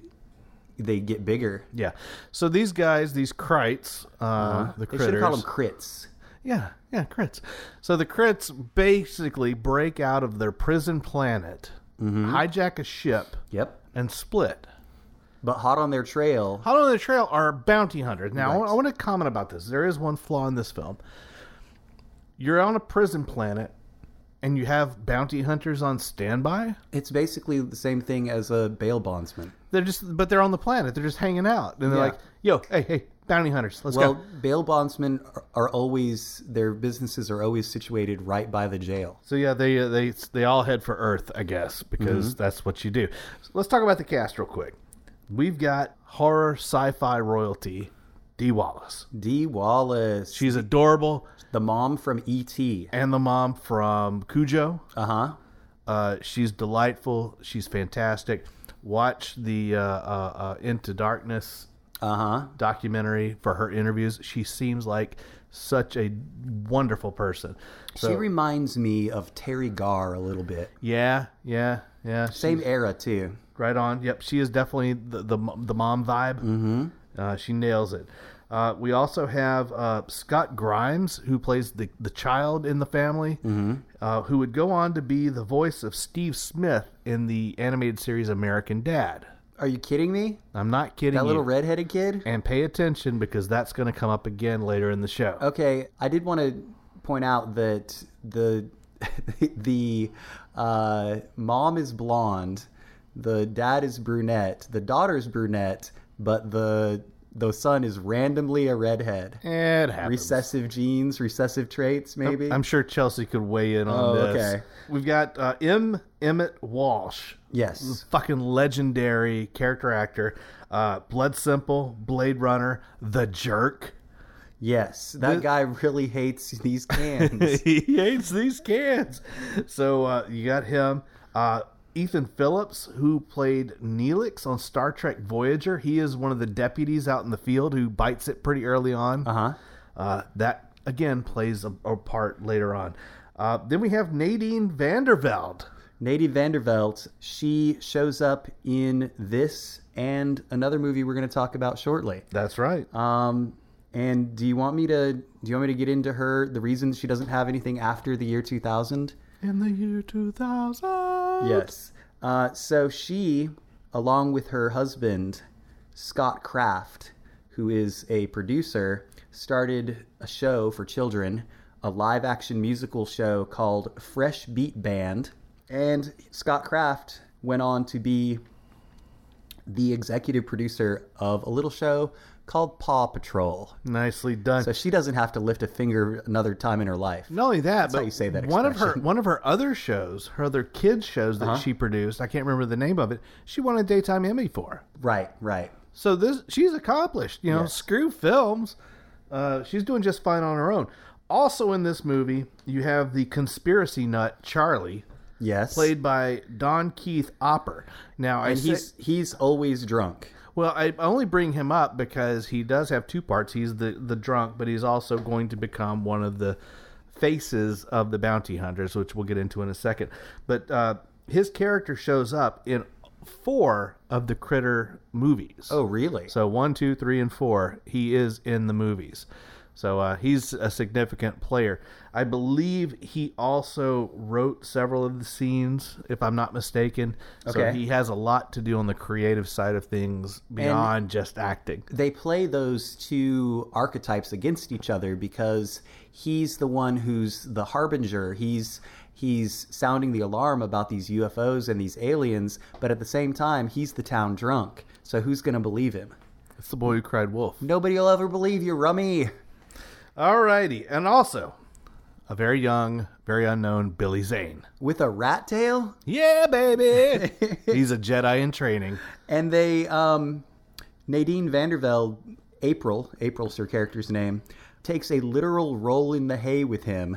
Speaker 2: they get bigger.
Speaker 3: Yeah. So these guys, these Krites, uh, the
Speaker 2: Uh-huh. they
Speaker 3: critters.
Speaker 2: should have called them crits.
Speaker 3: Yeah, yeah, crits. So the crits basically break out of their prison planet,
Speaker 2: Mm-hmm.
Speaker 3: hijack a ship,
Speaker 2: Yep.
Speaker 3: and split.
Speaker 2: But hot on their trail.
Speaker 3: Hot on the Trail are bounty hunters. Now, I
Speaker 2: Right.
Speaker 3: wa- I want to comment about this. There is one flaw in this film. You're on a prison planet, and you have bounty hunters on standby.
Speaker 2: It's basically the same thing as a bail bondsman.
Speaker 3: They're just, but they're on the planet. They're just hanging out, and they're
Speaker 2: Yeah.
Speaker 3: like, "Yo, hey, hey, bounty hunters, let's
Speaker 2: Well,
Speaker 3: go."
Speaker 2: bail bondsmen are, are always their businesses are always situated right by the jail.
Speaker 3: So yeah, they uh, they they all head for Earth, I guess, because
Speaker 2: Mm-hmm.
Speaker 3: that's what you do. So let's talk about the cast real quick. We've got horror sci-fi royalty, Dee Wallace.
Speaker 2: D. Wallace,
Speaker 3: She's adorable,
Speaker 2: the mom from E E.T.
Speaker 3: and the mom from Cujo.
Speaker 2: Uh huh.
Speaker 3: Uh, she's delightful. She's fantastic. Watch the uh, uh, uh, Into Darkness
Speaker 2: Uh huh.
Speaker 3: documentary for her interviews. She seems like such a wonderful person. So,
Speaker 2: she reminds me of Terry Garr a little bit.
Speaker 3: yeah, yeah, yeah. She-
Speaker 2: Same era too.
Speaker 3: right on. Yep, she is definitely the the, mo- the mom vibe. Mm-hmm. Uh, she nails it. Uh, we also have uh, Scott Grimes, who plays the, the child in the family,
Speaker 2: Mm-hmm.
Speaker 3: uh, who would go on to be the voice of Steve Smith in the animated series American Dad.
Speaker 2: Are you kidding me?
Speaker 3: I'm not kidding.
Speaker 2: That little
Speaker 3: you.
Speaker 2: redheaded kid.
Speaker 3: and pay attention because that's going to come up again later in the show.
Speaker 2: Okay, I did want to point out that [LAUGHS] the the uh, mom is blonde, The dad is brunette. The daughter's brunette, but the the son is randomly a redhead.
Speaker 3: It happens.
Speaker 2: Recessive genes, recessive traits, maybe.
Speaker 3: I'm sure Chelsea could weigh in on
Speaker 2: Oh,
Speaker 3: this.
Speaker 2: okay.
Speaker 3: We've got uh, M. Emmett Walsh,
Speaker 2: yes.
Speaker 3: fucking legendary character actor, uh, Blood Simple, Blade Runner, The Jerk. [LAUGHS]
Speaker 2: Yes. That guy really hates [LAUGHS] these cans.
Speaker 3: he hates these cans. So uh, you got him. Uh, Ethan Phillips, who played Neelix on Star Trek Voyager, he is one of the deputies out in the field who bites it pretty early on.
Speaker 2: Uh-huh.
Speaker 3: Uh, that again plays a, a part later on. Uh, then we have Nadine Vanderveld.
Speaker 2: Nadie Vandervelt, she shows up in this and another movie we're going to talk about shortly.
Speaker 3: That's right.
Speaker 2: Um, and do you want me to do you want me to get into her the reason she doesn't have anything after the year 2000?
Speaker 3: In the year 2000.
Speaker 2: Yes. Uh, so she, along with her husband, Scott Kraft, who is a producer, started a show for children, a live action musical show called Fresh Beat Band. And Scott Kraft went on to be the executive producer of a little show called Paw Patrol.
Speaker 3: Nicely done.
Speaker 2: So she doesn't have to lift a finger another time in her life.
Speaker 3: Not only that, but
Speaker 2: how you say that
Speaker 3: one of her
Speaker 2: expression. Uh-huh.
Speaker 3: one of her other shows, her other kids shows that she produced, I can't remember the name of it. She won a daytime Emmy for.
Speaker 2: Right, right.
Speaker 3: So this she's accomplished. You know,
Speaker 2: Yes.
Speaker 3: screw films. Uh, she's doing just fine on her own. Also in this movie, you have the conspiracy nut Charlie,
Speaker 2: Yes.
Speaker 3: played by Don Keith Opper. Now I
Speaker 2: and
Speaker 3: say-
Speaker 2: he's he's always drunk.
Speaker 3: Well, I I only bring him up because he does have two parts. He's the the drunk, but he's also going to become one of the faces of the bounty hunters, which we'll get into in a second. But uh, his character shows up in four of the Critter movies.
Speaker 2: Oh, really?
Speaker 3: So one, two, three, and four, he is in the movies. So uh, he's a significant player. I believe he also wrote several of the scenes, if I'm not mistaken. So
Speaker 2: Okay.
Speaker 3: he has a lot to do on the creative side of things beyond just acting.
Speaker 2: they play those two archetypes against each other because he's the one who's the harbinger. He's he's sounding the alarm about these UFOs and these aliens, but at the same time, he's the town drunk. So who's going to believe him?
Speaker 3: It's the boy who cried wolf.
Speaker 2: Nobody will ever believe you, Rummy.
Speaker 3: Alrighty, and also a very young, very unknown Billy Zane.
Speaker 2: With a rat tail?
Speaker 3: Yeah, baby. [LAUGHS] he's a Jedi in training.
Speaker 2: And they, um, Nadine Vanderveld, April, April's her character's name, takes a literal roll in the hay with him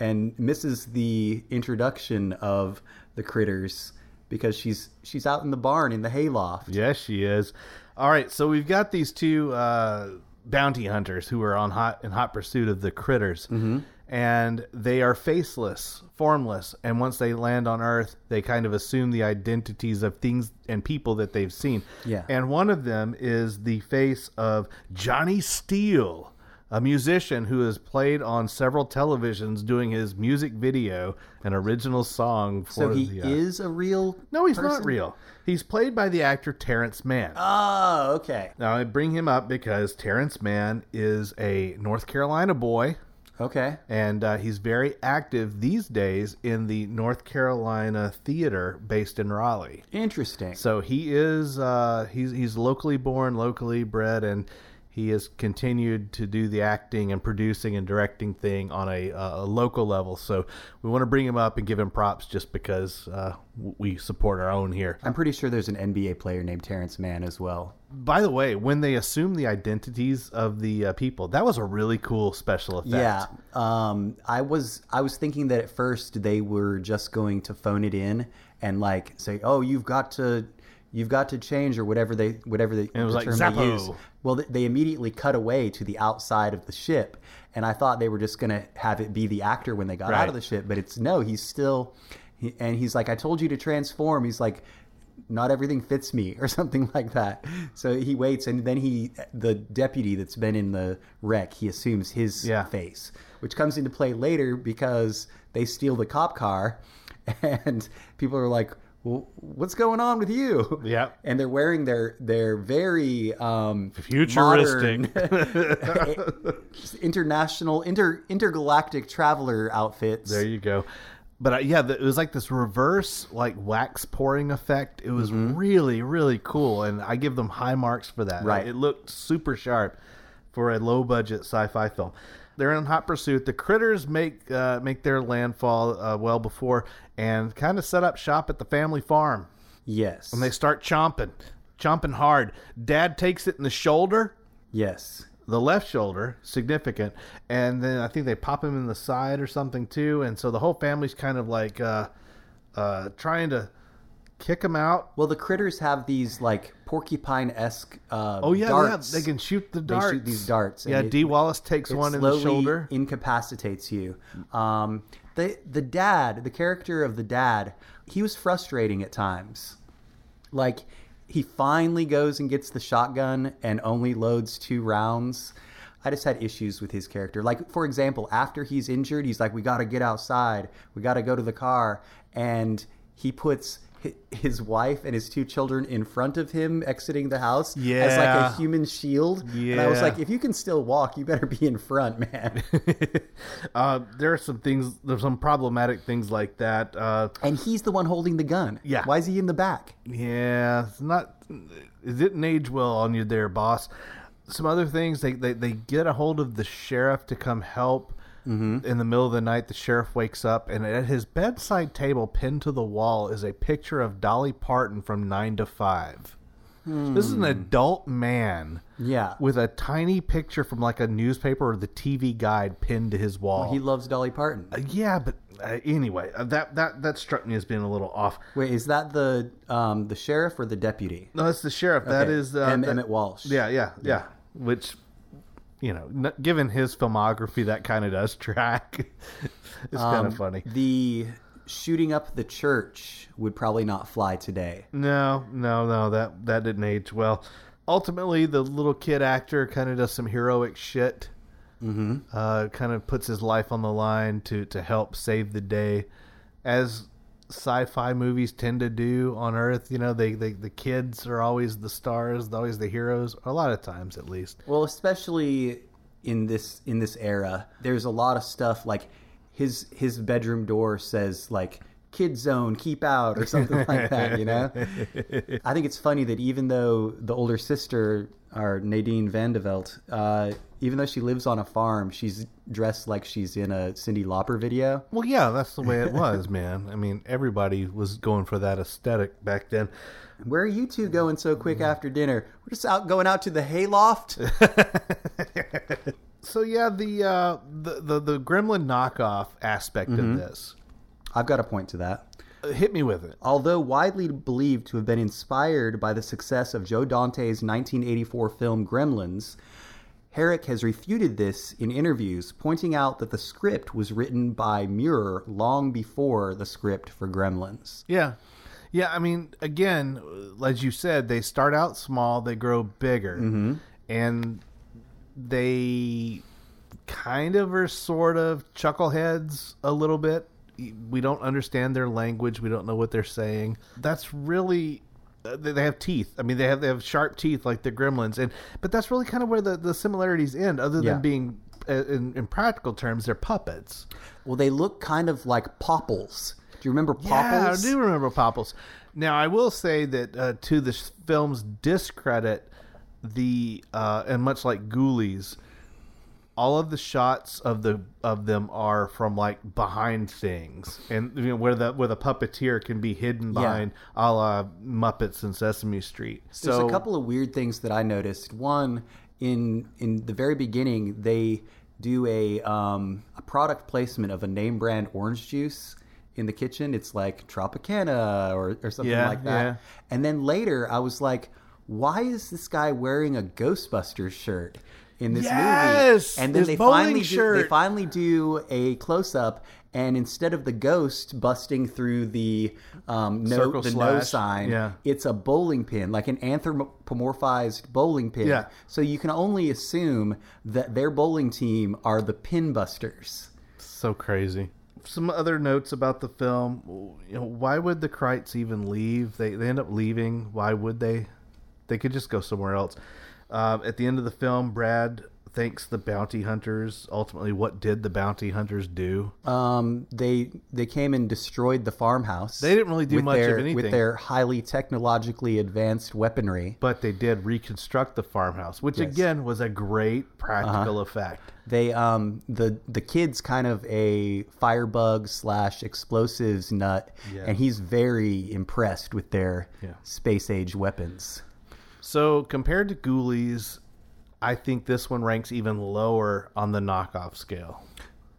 Speaker 2: and misses the introduction of the critters because she's she's out in the barn in the hayloft.
Speaker 3: Yes, she is. All right, so we've got these two uh, bounty hunters who are on hot in hot pursuit of the critters,
Speaker 2: Mm-hmm.
Speaker 3: and they are faceless, formless. And once they land on Earth, they kind of assume the identities of things and people that they've seen.
Speaker 2: Yeah.
Speaker 3: and one of them is the face of Johnny Steele. A musician who has played on several televisions doing his music video and original song for
Speaker 2: So he
Speaker 3: the. uh,
Speaker 2: is a real
Speaker 3: no, he's not
Speaker 2: person?
Speaker 3: real. He's played by the actor Terrence Mann.
Speaker 2: Oh, okay.
Speaker 3: Now I bring him up because Terrence Mann is a North Carolina boy,
Speaker 2: Okay.
Speaker 3: and uh, he's very active these days in the North Carolina theater based in Raleigh.
Speaker 2: Interesting.
Speaker 3: So he is uh, he's he's locally born, locally bred, and he has continued to do the acting and producing and directing thing on a, uh, a local level. So we want to bring him up and give him props just because uh, w- we support our own here.
Speaker 2: I'm pretty sure there's an NBA player named Terrence Mann as well.
Speaker 3: By the way, when they assume the identities of the uh, people, that was a really cool special effect.
Speaker 2: Yeah, um, I was I was thinking that at first they were just going to phone it in and like say, "Oh, you've got to, you've got to change" or whatever they whatever they,
Speaker 3: it was
Speaker 2: the
Speaker 3: like,
Speaker 2: term they
Speaker 3: "Zappo."
Speaker 2: use. Well, th- they immediately cut away to the outside of the ship, and I thought they were just gonna have it be the actor when they got
Speaker 3: Right.
Speaker 2: out of the ship, but it's no, he's still, he, and he's like, "I told you to transform." He's like. Not everything fits me, [LAUGHS] or something like that. So he waits, and then he, the deputy that's been in the wreck, he assumes his
Speaker 3: Yeah.
Speaker 2: face, which comes into play later because they steal the cop car, [LAUGHS] and people are like, well, "What's going on with you?"
Speaker 3: Yep.
Speaker 2: and they're wearing their their very um,
Speaker 3: Futuristic.
Speaker 2: [LAUGHS] modern, international, inter intergalactic traveler outfits.
Speaker 3: There you go. but I, yeah, the, it was like this reverse like wax pouring effect. It was
Speaker 2: Mm-hmm.
Speaker 3: really really cool, and I give them high marks for that.
Speaker 2: Right.
Speaker 3: it looked super sharp for a low budget sci-fi film. They're in hot pursuit. The critters make uh, make their landfall uh, well before, and kind of set up shop at the family farm.
Speaker 2: Yes.
Speaker 3: They start chomping, chomping hard. Dad takes it in the shoulder
Speaker 2: yes.
Speaker 3: the left shoulder, significant, and then I think they pop him in the side or something too, and so the whole family's kind of like uh, uh, trying to kick him out.
Speaker 2: Well, the critters have these like porcupine esque. Uh,
Speaker 3: Oh yeah,
Speaker 2: darts.
Speaker 3: yeah, they can shoot the
Speaker 2: They
Speaker 3: darts.
Speaker 2: shoot these darts. and
Speaker 3: Yeah,
Speaker 2: it-
Speaker 3: D. Wallace takes
Speaker 2: it
Speaker 3: one in
Speaker 2: slowly
Speaker 3: the shoulder.
Speaker 2: incapacitates you. Um, the the dad, the character of the dad, he was frustrating at times. Like he finally goes and gets the shotgun and only loads two rounds. I just had issues with his character. Like for example, after he's injured, he's like, "We got to get outside. We got to go to the car," and he puts hi- his wife and his two children in front of him exiting the house as like
Speaker 3: Yeah.
Speaker 2: a human shield. And I was
Speaker 3: Yeah.
Speaker 2: like, if you can still walk, you better be in front,
Speaker 3: [LAUGHS]
Speaker 2: man.
Speaker 3: uh, there are some things, there's some problematic things like that. Uh,
Speaker 2: and he's the one holding the gun.
Speaker 3: Yeah.
Speaker 2: Why is he in the back?
Speaker 3: Yeah, it's not. It didn't age well on you there, boss. Some other things they they, they get a hold of the sheriff to come help.
Speaker 2: Mm-hmm.
Speaker 3: In the middle of the night, the sheriff wakes up, and at his bedside table, pinned to the wall, is a picture of Dolly Parton from Nine to Five. This is an adult man,
Speaker 2: Hmm. Yeah.
Speaker 3: with a tiny picture from like a newspaper or the TV guide pinned to his wall.
Speaker 2: He loves Dolly Parton.
Speaker 3: yeah, but uh, anyway, uh, that that that struck me as being a little off.
Speaker 2: Wait, is that the um, the sheriff or the deputy?
Speaker 3: No, that's the sheriff. That
Speaker 2: Okay.
Speaker 3: is uh,
Speaker 2: Em-
Speaker 3: that-
Speaker 2: Emmett Walsh.
Speaker 3: Yeah, yeah, yeah. Which, you know, n- given his filmography, that kind of does [LAUGHS] track. it's kind of funny.
Speaker 2: The shooting up the church would probably not fly today.
Speaker 3: No, no, no. That that didn't age well. Ultimately, the little kid actor kind of does some heroic shit. Mm-hmm. Uh, kind of puts his life on the line to to help save the day, as sci-fi movies tend to do on Earth. You know, they, they the kids are always the stars, always the heroes. A lot of times, at least.
Speaker 2: Well, especially in this in this era, there's a lot of stuff like his his bedroom door says like kid zone, keep out or something like that, you know? I think it's funny that even though the older sister or Nadine Vandevelt, uh, even though she lives on a farm, she's dressed like she's in a Cindy Lauper video.
Speaker 3: Well, yeah, that's the way it was, man. I mean, everybody was going for that aesthetic back then.
Speaker 2: Where are you two going so quick after dinner? We're just out going out to the hayloft.
Speaker 3: So yeah, the uh, the, the the gremlin knockoff aspect of this
Speaker 2: I've got a point to that.
Speaker 3: Uh, hit me with it.
Speaker 2: Although widely believed to have been inspired by the success of Joe Dante's 1984 film Gremlins, Herrick has refuted this in interviews, pointing out that the script was written by Muir long before the script for Gremlins.
Speaker 3: Yeah, yeah. I mean, again, as you said, they start out small, they grow bigger, and they kind of are sort of chuckleheads a little bit. We don't understand their language. We don't know what they're saying. That's really uh, they they have teeth. I mean, they have they have sharp teeth like the gremlins, and but that's really kind of where the the similarities end. Other than
Speaker 2: Yeah.
Speaker 3: being uh, in, in practical terms, they're puppets.
Speaker 2: Well, they look kind of like popples. Do you remember popples?
Speaker 3: Yeah, I do remember Popples. Now, I will say that uh, to this film's discredit, the uh, and much like Ghoulies, all of the shots of the of them are from like behind things, and you know where the where the puppeteer can be hidden
Speaker 2: Yeah.
Speaker 3: behind, a la Muppets and Sesame Street.
Speaker 2: There's
Speaker 3: so
Speaker 2: a couple of weird things that I noticed. One, in in the very beginning, they do a um, a product placement of a name brand orange juice in the kitchen. It's like Tropicana or, or something
Speaker 3: Yeah,
Speaker 2: like that.
Speaker 3: yeah.
Speaker 2: And then later, I was like, why is this guy wearing a Ghostbusters shirt? In this
Speaker 3: Yes!
Speaker 2: movie, and then
Speaker 3: His
Speaker 2: they
Speaker 3: bowling
Speaker 2: finally do, they
Speaker 3: shirt.
Speaker 2: finally do a close up, and instead of the ghost busting through the um, no,
Speaker 3: Circle
Speaker 2: the no
Speaker 3: slash.
Speaker 2: sign,
Speaker 3: Yeah.
Speaker 2: it's a bowling pin, like an anthropomorphized bowling pin.
Speaker 3: Yeah.
Speaker 2: So you can only assume that their bowling team are the pin busters.
Speaker 3: So crazy. Some other notes about the film. You know, why would the Kreitz even leave? They they end up Uh, leaving. Why would they? They could just go somewhere else. Um, at the end of the film, Brad thanks the bounty hunters. Ultimately, what did the bounty hunters do?
Speaker 2: Um, they they came and destroyed the farmhouse.
Speaker 3: They didn't really do
Speaker 2: with
Speaker 3: much of
Speaker 2: their,
Speaker 3: anything.
Speaker 2: with their highly technologically advanced weaponry.
Speaker 3: But they did reconstruct the farmhouse, which
Speaker 2: Yes. Uh-huh.
Speaker 3: again was a great practical effect.
Speaker 2: They um the the kid's kind of a firebug slash explosives nut,
Speaker 3: Yeah.
Speaker 2: and he's very impressed with their
Speaker 3: Yeah.
Speaker 2: space age weapons.
Speaker 3: So compared to Ghoulies, I think this one ranks even lower on the knockoff scale.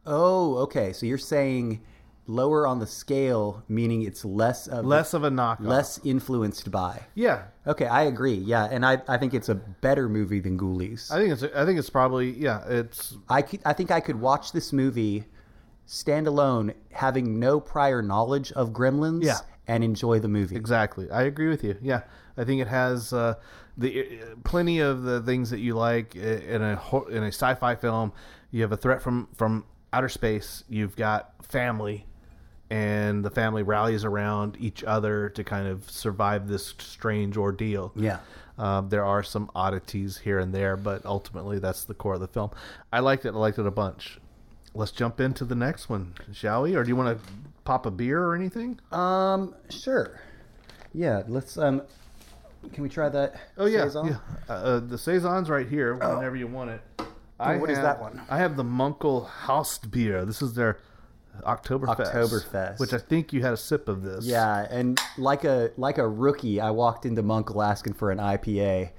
Speaker 2: Oh, okay. So you're saying lower on the scale, meaning it's less of
Speaker 3: Less of a knockoff.
Speaker 2: less influenced by.
Speaker 3: Yeah,
Speaker 2: Okay, I agree. Yeah, and I, I think it's a better movie than Ghoulies.
Speaker 3: I
Speaker 2: I,
Speaker 3: think it's. I think it's probably. Yeah, it's.
Speaker 2: could, I think I could watch this movie stand alone, having no prior knowledge of Gremlins,
Speaker 3: Yeah.
Speaker 2: and enjoy the movie.
Speaker 3: Exactly. I agree with you. Yeah. I think it has uh, the uh, plenty of the things that you like i- in a hor- in a sci-fi film. You have a threat from from outer space. You've got family, and the family rallies around each other to kind of survive this strange ordeal.
Speaker 2: Yeah.
Speaker 3: Um, there are some oddities here and there, but ultimately that's the core of the film. I liked it. I liked it a bunch. Let's jump into the next one, shall we? Or do you want to pop a beer or anything?
Speaker 2: Um, sure. Yeah, let's. Um, can we try that?
Speaker 3: Oh yeah,
Speaker 2: Saison? Oh.
Speaker 3: yeah. Uh, Uh, the saison's right here whenever you want it. I
Speaker 2: what
Speaker 3: have,
Speaker 2: is that one?
Speaker 3: I have the Munkel Haustbier. This is their Oktoberfest.
Speaker 2: Oktoberfest.
Speaker 3: which I think you had a sip of this.
Speaker 2: Yeah, and like a like a rookie, I walked into Munkle asking for an IPA,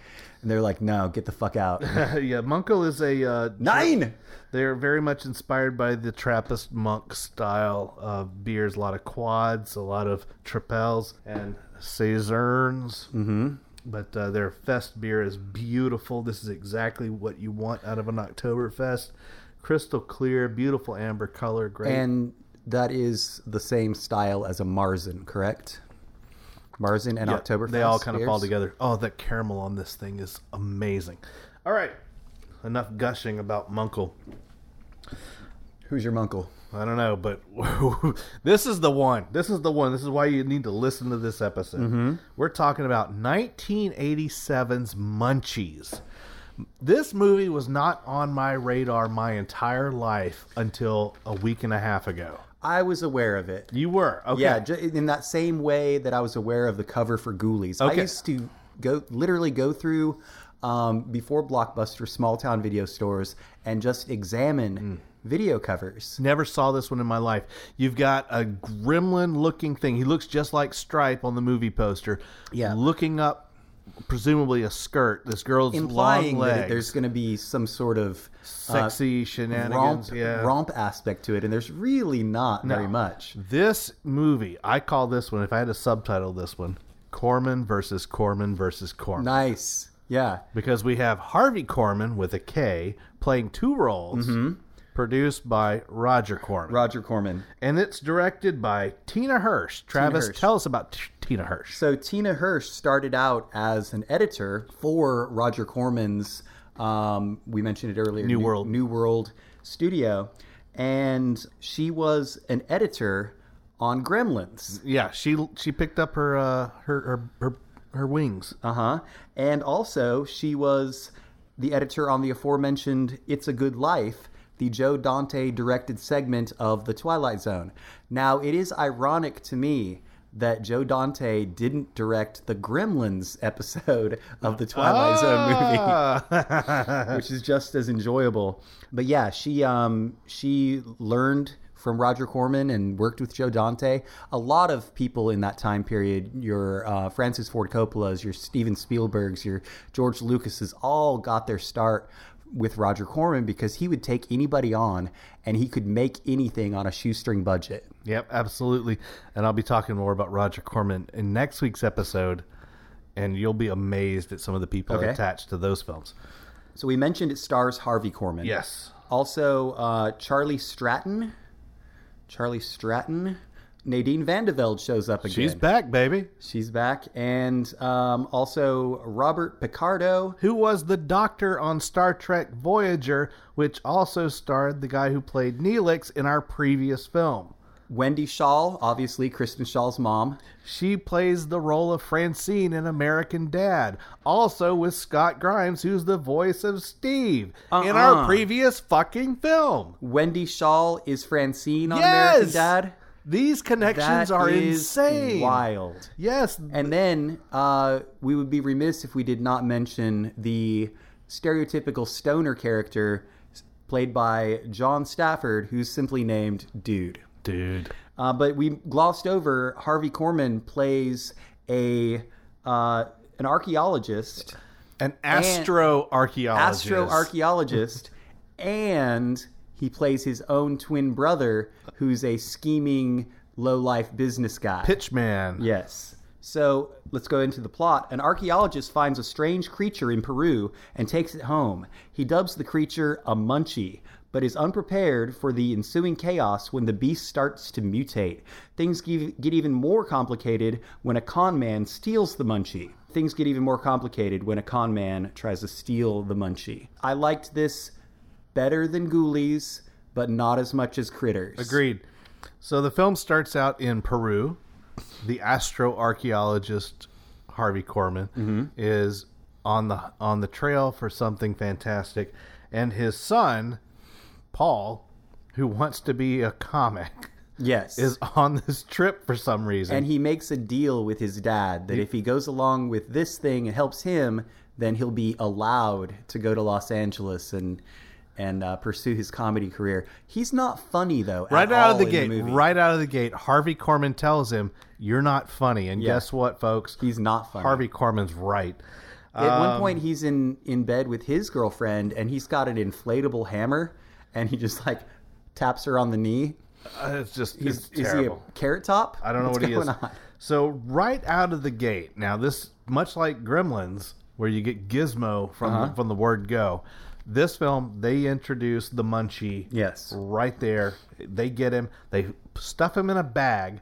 Speaker 2: and they're like, "No, get the fuck out."
Speaker 3: [LAUGHS] yeah. Munkel is a uh, [LAUGHS]
Speaker 2: Nine.
Speaker 3: They are very much inspired by the Trappist monk style of beers. A lot of quads, a lot of tripels, and saisons. Mm-hmm. But uh, their fest beer is beautiful. This is exactly what you want out of an Oktoberfest. Crystal clear, beautiful amber color. Great.
Speaker 2: And that is the same style as a Marzen, correct? Marzen and
Speaker 3: Yeah,
Speaker 2: October.
Speaker 3: They all kind of fall together. Oh, the caramel on this thing is amazing. All right. Enough gushing about Munkle.
Speaker 2: Who's your Munkle?
Speaker 3: I don't know, but [LAUGHS] this is the one. This is the one. This is why you need to listen to this episode.
Speaker 2: Mm-hmm.
Speaker 3: We're talking about 1987's Munchies. This movie was not on my radar my entire life until a week and a half ago.
Speaker 2: I was aware of it.
Speaker 3: You were okay.
Speaker 2: Yeah, ju- in that same way that I was aware of the cover for Ghoulies.
Speaker 3: Okay.
Speaker 2: I used to go literally go through um, before Blockbuster small town video stores and just examine
Speaker 3: Mm.
Speaker 2: video covers.
Speaker 3: Never saw this one in my life. You've got a gremlin looking thing. He looks just like Stripe on the movie poster.
Speaker 2: Yeah.
Speaker 3: Looking up, presumably a skirt. This girl's
Speaker 2: implying
Speaker 3: long legs.
Speaker 2: that there's going to be some sort of uh,
Speaker 3: sexy
Speaker 2: romp,
Speaker 3: shenanigans. yeah.
Speaker 2: romp aspect to it, and there's really not very much.
Speaker 3: This movie, I call this one, if I had to subtitle this one, Corman versus Corman versus Corman.
Speaker 2: Nice, yeah,
Speaker 3: because we have Harvey Corman with a K playing two roles.
Speaker 2: Mm-hmm.
Speaker 3: Produced by Roger Corman.
Speaker 2: Roger Corman.
Speaker 3: and it's directed by Tina Hirsch. Travis,
Speaker 2: Hirsch.
Speaker 3: tell us about t- Tina Hirsch.
Speaker 2: So Tina Hirsch started out as an editor for Roger Corman's. Um, we mentioned it earlier.
Speaker 3: New World.
Speaker 2: New World Studio, and she was an editor on Gremlins.
Speaker 3: Yeah, she she picked up her uh, her, her her
Speaker 2: [LAUGHS]
Speaker 3: her wings.
Speaker 2: Uh huh. And also, she was the editor on the aforementioned It's a Good Life, the Joe Dante directed segment of The Twilight Zone. Now, it is ironic to me that Joe Dante didn't direct the Gremlins episode of The Twilight Zone movie
Speaker 3: Ah! [LAUGHS]
Speaker 2: which is just as enjoyable. But yeah, she um, she learned from Roger Corman and worked with Joe Dante. A lot of people in that time period, your uh, Francis Ford Coppola's, your Steven Spielberg's, your George Lucas's, all got their start with Roger Corman because he would take anybody on and he could make anything on a shoestring budget.
Speaker 3: yep, absolutely. And I'll be talking more about Roger Corman in next week's episode, and you'll be amazed at some of the people
Speaker 2: Okay.
Speaker 3: attached to those films.
Speaker 2: So we mentioned it stars Harvey Corman.
Speaker 3: Yes.
Speaker 2: Also, uh, Charlie Stratton. Charlie Stratton. Nadine Vandeveld shows up again.
Speaker 3: She's back, baby.
Speaker 2: She's back. And um, also Robert Picardo.
Speaker 3: Who was the doctor on Star Trek Voyager, which also starred the guy who played Neelix in our previous film?
Speaker 2: Wendy Shaw, obviously Kristen Shaw's mom.
Speaker 3: She plays the role of Francine in American Dad, also with Scott Grimes, who's the voice of Steve in our
Speaker 2: Uh-uh.
Speaker 3: previous fucking film.
Speaker 2: Wendy Shaw is Francine on
Speaker 3: Yes!
Speaker 2: American Dad.
Speaker 3: These connections
Speaker 2: That
Speaker 3: are
Speaker 2: is
Speaker 3: insane.
Speaker 2: wild.
Speaker 3: Yes,
Speaker 2: And then uh, we would be remiss if we did not mention the stereotypical stoner character played by John Stafford, who's simply named Dude.
Speaker 3: dude.
Speaker 2: Uh, but we glossed over Harvey Korman plays a uh, an archaeologist,
Speaker 3: An astro archaeologist.
Speaker 2: astroarchaeologist, and he plays his own twin brother, who's a scheming low life business guy.
Speaker 3: Pitchman.
Speaker 2: Yes. So let's go into the plot. An archaeologist finds a strange creature in Peru and takes it home. He dubs the creature a munchie, but is unprepared for the ensuing chaos when the beast starts to mutate. Things give- get even more complicated when a con man steals the munchie. Things get even more complicated when a con man tries to steal the munchie. I liked this better than Ghoulies, but not as much as Critters.
Speaker 3: Agreed. So the film starts out in Peru. The astroarchaeologist Harvey Korman
Speaker 2: Mm-hmm.
Speaker 3: is on the on the trail for something fantastic, and his son Paul, who wants to be a comic, [LAUGHS]
Speaker 2: Yes.
Speaker 3: is on this trip for some reason.
Speaker 2: And he makes a deal with his dad that if he goes along with this thing and helps him, then he'll be allowed to go to Los Angeles and and uh, pursue his comedy career. He's not funny though. at
Speaker 3: right out
Speaker 2: all
Speaker 3: of the
Speaker 2: in
Speaker 3: gate,
Speaker 2: movie.
Speaker 3: right out of the gate, Harvey Korman tells him, "You're not funny." And
Speaker 2: Yeah.
Speaker 3: guess what, folks?
Speaker 2: He's not funny.
Speaker 3: Harvey um, Korman's right.
Speaker 2: At one point, he's in in bed with his girlfriend, and he's got an inflatable hammer, and he just like taps her on the knee.
Speaker 3: Uh, it's just
Speaker 2: He's,
Speaker 3: it's
Speaker 2: is he a
Speaker 3: terrible.
Speaker 2: carrot top?
Speaker 3: I don't know
Speaker 2: What's
Speaker 3: what he
Speaker 2: going
Speaker 3: is.
Speaker 2: on?
Speaker 3: So right out of the gate, now this much like Gremlins, where you get Gizmo from
Speaker 2: Uh-huh.
Speaker 3: the, from the word go. This film they introduce the Munchie.
Speaker 2: Yes.
Speaker 3: right there they get him. They stuff him in a bag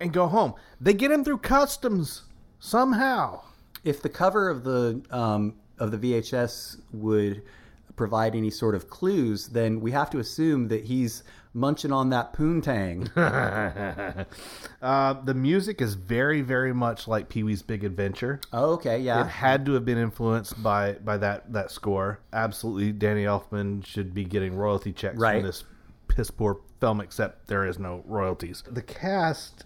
Speaker 3: and go home. They get him through customs somehow.
Speaker 2: If the cover of the um, of the VHS would provide any sort of clues, then we have to assume that he's munching on that
Speaker 3: [LAUGHS]
Speaker 2: poontang.
Speaker 3: Uh, the music is very very much like Pee Wee's Big Adventure.
Speaker 2: oh, okay,
Speaker 3: It
Speaker 2: yeah,
Speaker 3: had to have been influenced by by that that score. Absolutely, Danny Elfman should be getting royalty checks
Speaker 2: Right.
Speaker 3: from this piss poor film. Except there is no royalties. The cast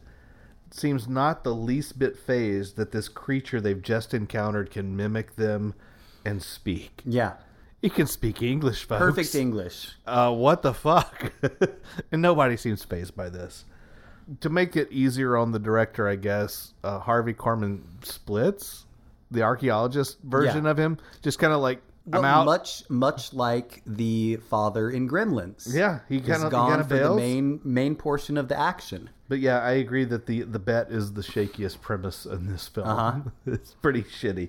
Speaker 3: seems not the least bit phased that this creature they've just encountered can mimic them and speak.
Speaker 2: yeah,
Speaker 3: He can speak English, folks.
Speaker 2: perfect English.
Speaker 3: Uh, what the fuck? [LAUGHS] and nobody seems phased by this. To make it easier on the director, I guess uh, Harvey Korman splits the archaeologist version
Speaker 2: Yeah.
Speaker 3: of him, just kind of like
Speaker 2: Well,
Speaker 3: I'm out.
Speaker 2: Much much like the father in Gremlins.
Speaker 3: yeah, he
Speaker 2: he's
Speaker 3: kind of
Speaker 2: gone for the
Speaker 3: bails.
Speaker 2: main main portion of the action.
Speaker 3: But yeah, I agree that the the bet is the shakiest premise in this film.
Speaker 2: Uh-huh.
Speaker 3: [LAUGHS] it's pretty shitty.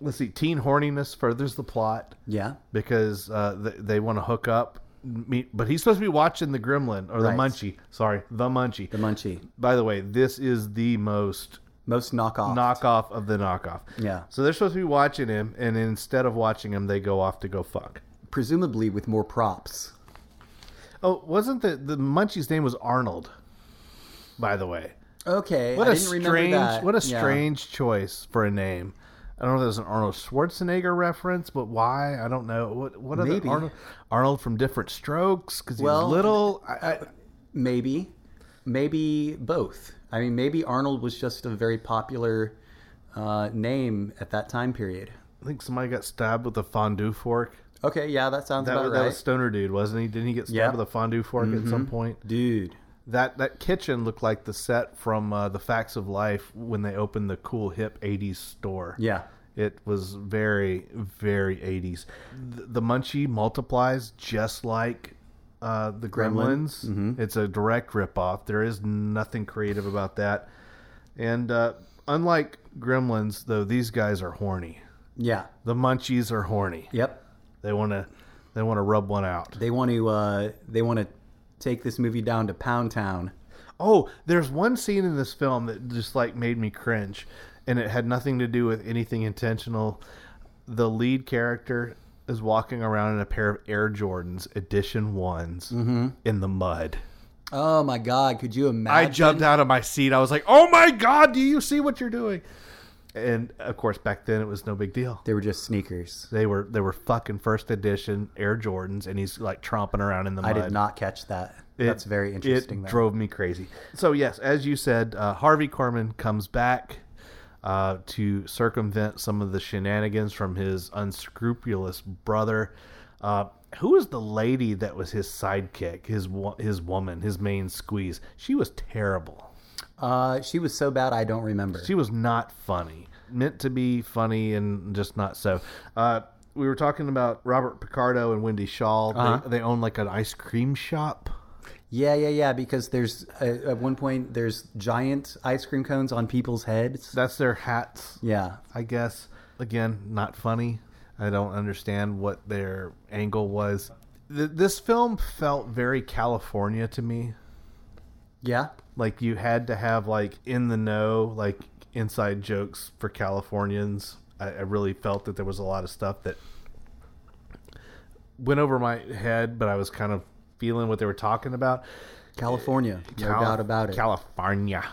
Speaker 3: Let's see, teen horniness furthers the plot.
Speaker 2: Yeah,
Speaker 3: because uh, they, they want to hook up. Me, but he's supposed to be watching the Gremlin or the
Speaker 2: Right.
Speaker 3: Munchie. Sorry, the Munchie.
Speaker 2: the munchie,
Speaker 3: By the way, this is the most
Speaker 2: most knockoff.
Speaker 3: knockoff of the knockoff.
Speaker 2: Yeah.
Speaker 3: So they're supposed to be watching him, and instead of watching him, they go off to go fuck.
Speaker 2: presumably with more props.
Speaker 3: Oh, wasn't the the Munchie's name was Arnold? By the way,
Speaker 2: Okay,
Speaker 3: what
Speaker 2: I
Speaker 3: a
Speaker 2: didn't remember
Speaker 3: strange
Speaker 2: that.
Speaker 3: what a
Speaker 2: Yeah.
Speaker 3: strange choice for a name. I don't know if there's an Arnold Schwarzenegger reference, but why? I don't know. What what other
Speaker 2: Maybe.
Speaker 3: Arnold Arnold from Different Strokes because
Speaker 2: Well,
Speaker 3: he's little. I, I,
Speaker 2: Maybe, maybe both. I mean, maybe Arnold was just a very popular uh, name at that time period.
Speaker 3: I think somebody got stabbed with a fondue fork.
Speaker 2: Okay, yeah, that sounds
Speaker 3: That,
Speaker 2: about
Speaker 3: was,
Speaker 2: right.
Speaker 3: that was Stoner Dude, wasn't he? Didn't he get stabbed
Speaker 2: Yeah. Mm-hmm.
Speaker 3: with a fondue fork at some point?
Speaker 2: Dude,
Speaker 3: That that kitchen looked like the set from uh, the Facts of Life when they opened the cool hip '80s store.
Speaker 2: yeah,
Speaker 3: It was very, very 80s. The, the Munchie multiplies just like uh, the Gremlins. It's a direct ripoff. There is nothing creative about that. And uh, unlike Gremlins, though, these guys are horny.
Speaker 2: yeah,
Speaker 3: The Munchies are horny.
Speaker 2: yep.
Speaker 3: They want to they want to rub one out.
Speaker 2: They want to uh, they want to take this movie down to Pound Town.
Speaker 3: Oh, there's one scene in this film that just like made me cringe, and it had nothing to do with anything intentional. The lead character is walking around in a pair of Air Jordans Edition Ones in the mud.
Speaker 2: Oh my God! Could you
Speaker 3: Mm-hmm. I
Speaker 2: imagine?
Speaker 3: jumped out of my seat. I was like, "Oh my god, do you see what you're doing?" And of course, back then it was no big deal.
Speaker 2: They were just sneakers.
Speaker 3: They were they were fucking first edition Air Jordans, and he's like tromping around in the
Speaker 2: I
Speaker 3: mud.
Speaker 2: did not catch that.
Speaker 3: It-
Speaker 2: That's very interesting.
Speaker 3: It
Speaker 2: though.
Speaker 3: drove me crazy. So yes, as you said, uh, Harvey Corman comes back uh, to circumvent some of the shenanigans from his unscrupulous brother. Uh, who was the lady that was his sidekick? His wo- his woman, his main squeeze. She was terrible.
Speaker 2: Uh, she was so bad I don't remember.
Speaker 3: She was not funny. Meant to be funny and just not so. Uh, we were talking about Robert Picardo and Wendy Shaw.
Speaker 2: Uh-huh.
Speaker 3: They, they own like an ice cream shop.
Speaker 2: yeah, yeah, yeah. Because there's uh, at one point there's giant ice cream cones on people's heads.
Speaker 3: That's their hats,
Speaker 2: Yeah,
Speaker 3: I guess. Again, not funny. I don't understand what their angle was. Th- this film felt very California to me. Uh,
Speaker 2: yeah.
Speaker 3: Like you had to have like in the know, like inside jokes for Californians. I, I really felt that there was a lot of stuff that went over my head, but I was kind of feeling what they were talking about.
Speaker 2: California, no
Speaker 3: Calif-
Speaker 2: doubt about it.
Speaker 3: California.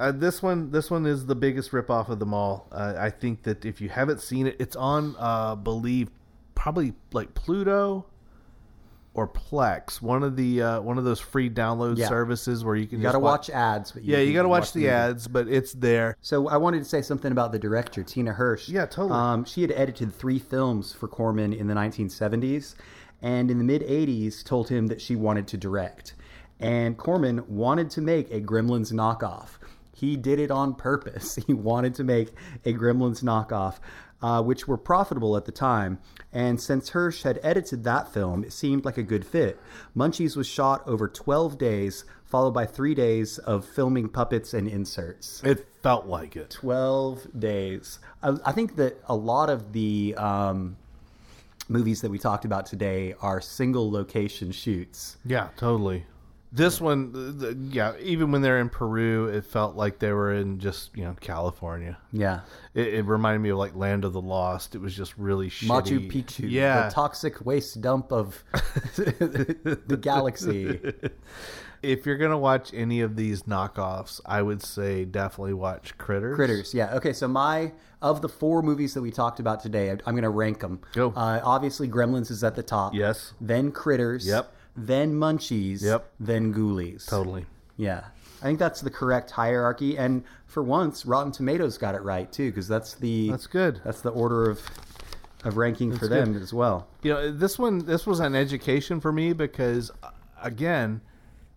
Speaker 3: Uh, this one, this one is the biggest ripoff of them all. Uh, I think that if you haven't seen it, it's on, uh, believe, probably like Pluto or Plex, one of the uh, one of those free download
Speaker 2: Yeah.
Speaker 3: services where you can
Speaker 2: you
Speaker 3: just
Speaker 2: gotta watch ads, but you
Speaker 3: Yeah, you
Speaker 2: can
Speaker 3: got to watch, the
Speaker 2: movie.
Speaker 3: ads, but it's there.
Speaker 2: So I wanted to say something about the director Tina Hirsch.
Speaker 3: Yeah, totally.
Speaker 2: Um, she had edited three films for Corman in the 1970s, and in the mid 80s, told him that she wanted to direct. And Corman wanted to make a Gremlins knockoff. He did it on purpose. [LAUGHS] He wanted to make a Gremlins knockoff, uh, which were profitable at the time. And since Hirsch had edited that film, it seemed like a good fit. Munchies was shot over 12 days, followed by three days of filming puppets and inserts.
Speaker 3: It felt like it.
Speaker 2: 12 days. I, I think that a lot of the um, movies that we talked about today are single location shoots.
Speaker 3: Yeah, totally. This one, th- th- yeah, even when they're in Peru, it felt like they were in just you know California.
Speaker 2: Yeah.
Speaker 3: It, it reminded me of like Land of the Lost. It was just really shitty.
Speaker 2: Machu Picchu,
Speaker 3: Yeah.
Speaker 2: the toxic waste dump
Speaker 3: [LAUGHS]
Speaker 2: of the galaxy.
Speaker 3: if you're gonna watch any of these knockoffs, I would say definitely watch Critters.
Speaker 2: Critters, yeah. Okay, so my of the four movies that we talked about today, I- I'm going to rank them.
Speaker 3: Go.
Speaker 2: Uh, obviously, Gremlins is at the top.
Speaker 3: Yes.
Speaker 2: Then Critters.
Speaker 3: Yep.
Speaker 2: Then Munchies.
Speaker 3: Yep.
Speaker 2: Then Ghoulies.
Speaker 3: Totally.
Speaker 2: Yeah. I think that's the correct hierarchy. And for once, Rotten Tomatoes got it right too, because that's the
Speaker 3: That's good.
Speaker 2: That's the order of of ranking for
Speaker 3: good.
Speaker 2: them as well.
Speaker 3: You know, this one, this was an education for me because, uh, again,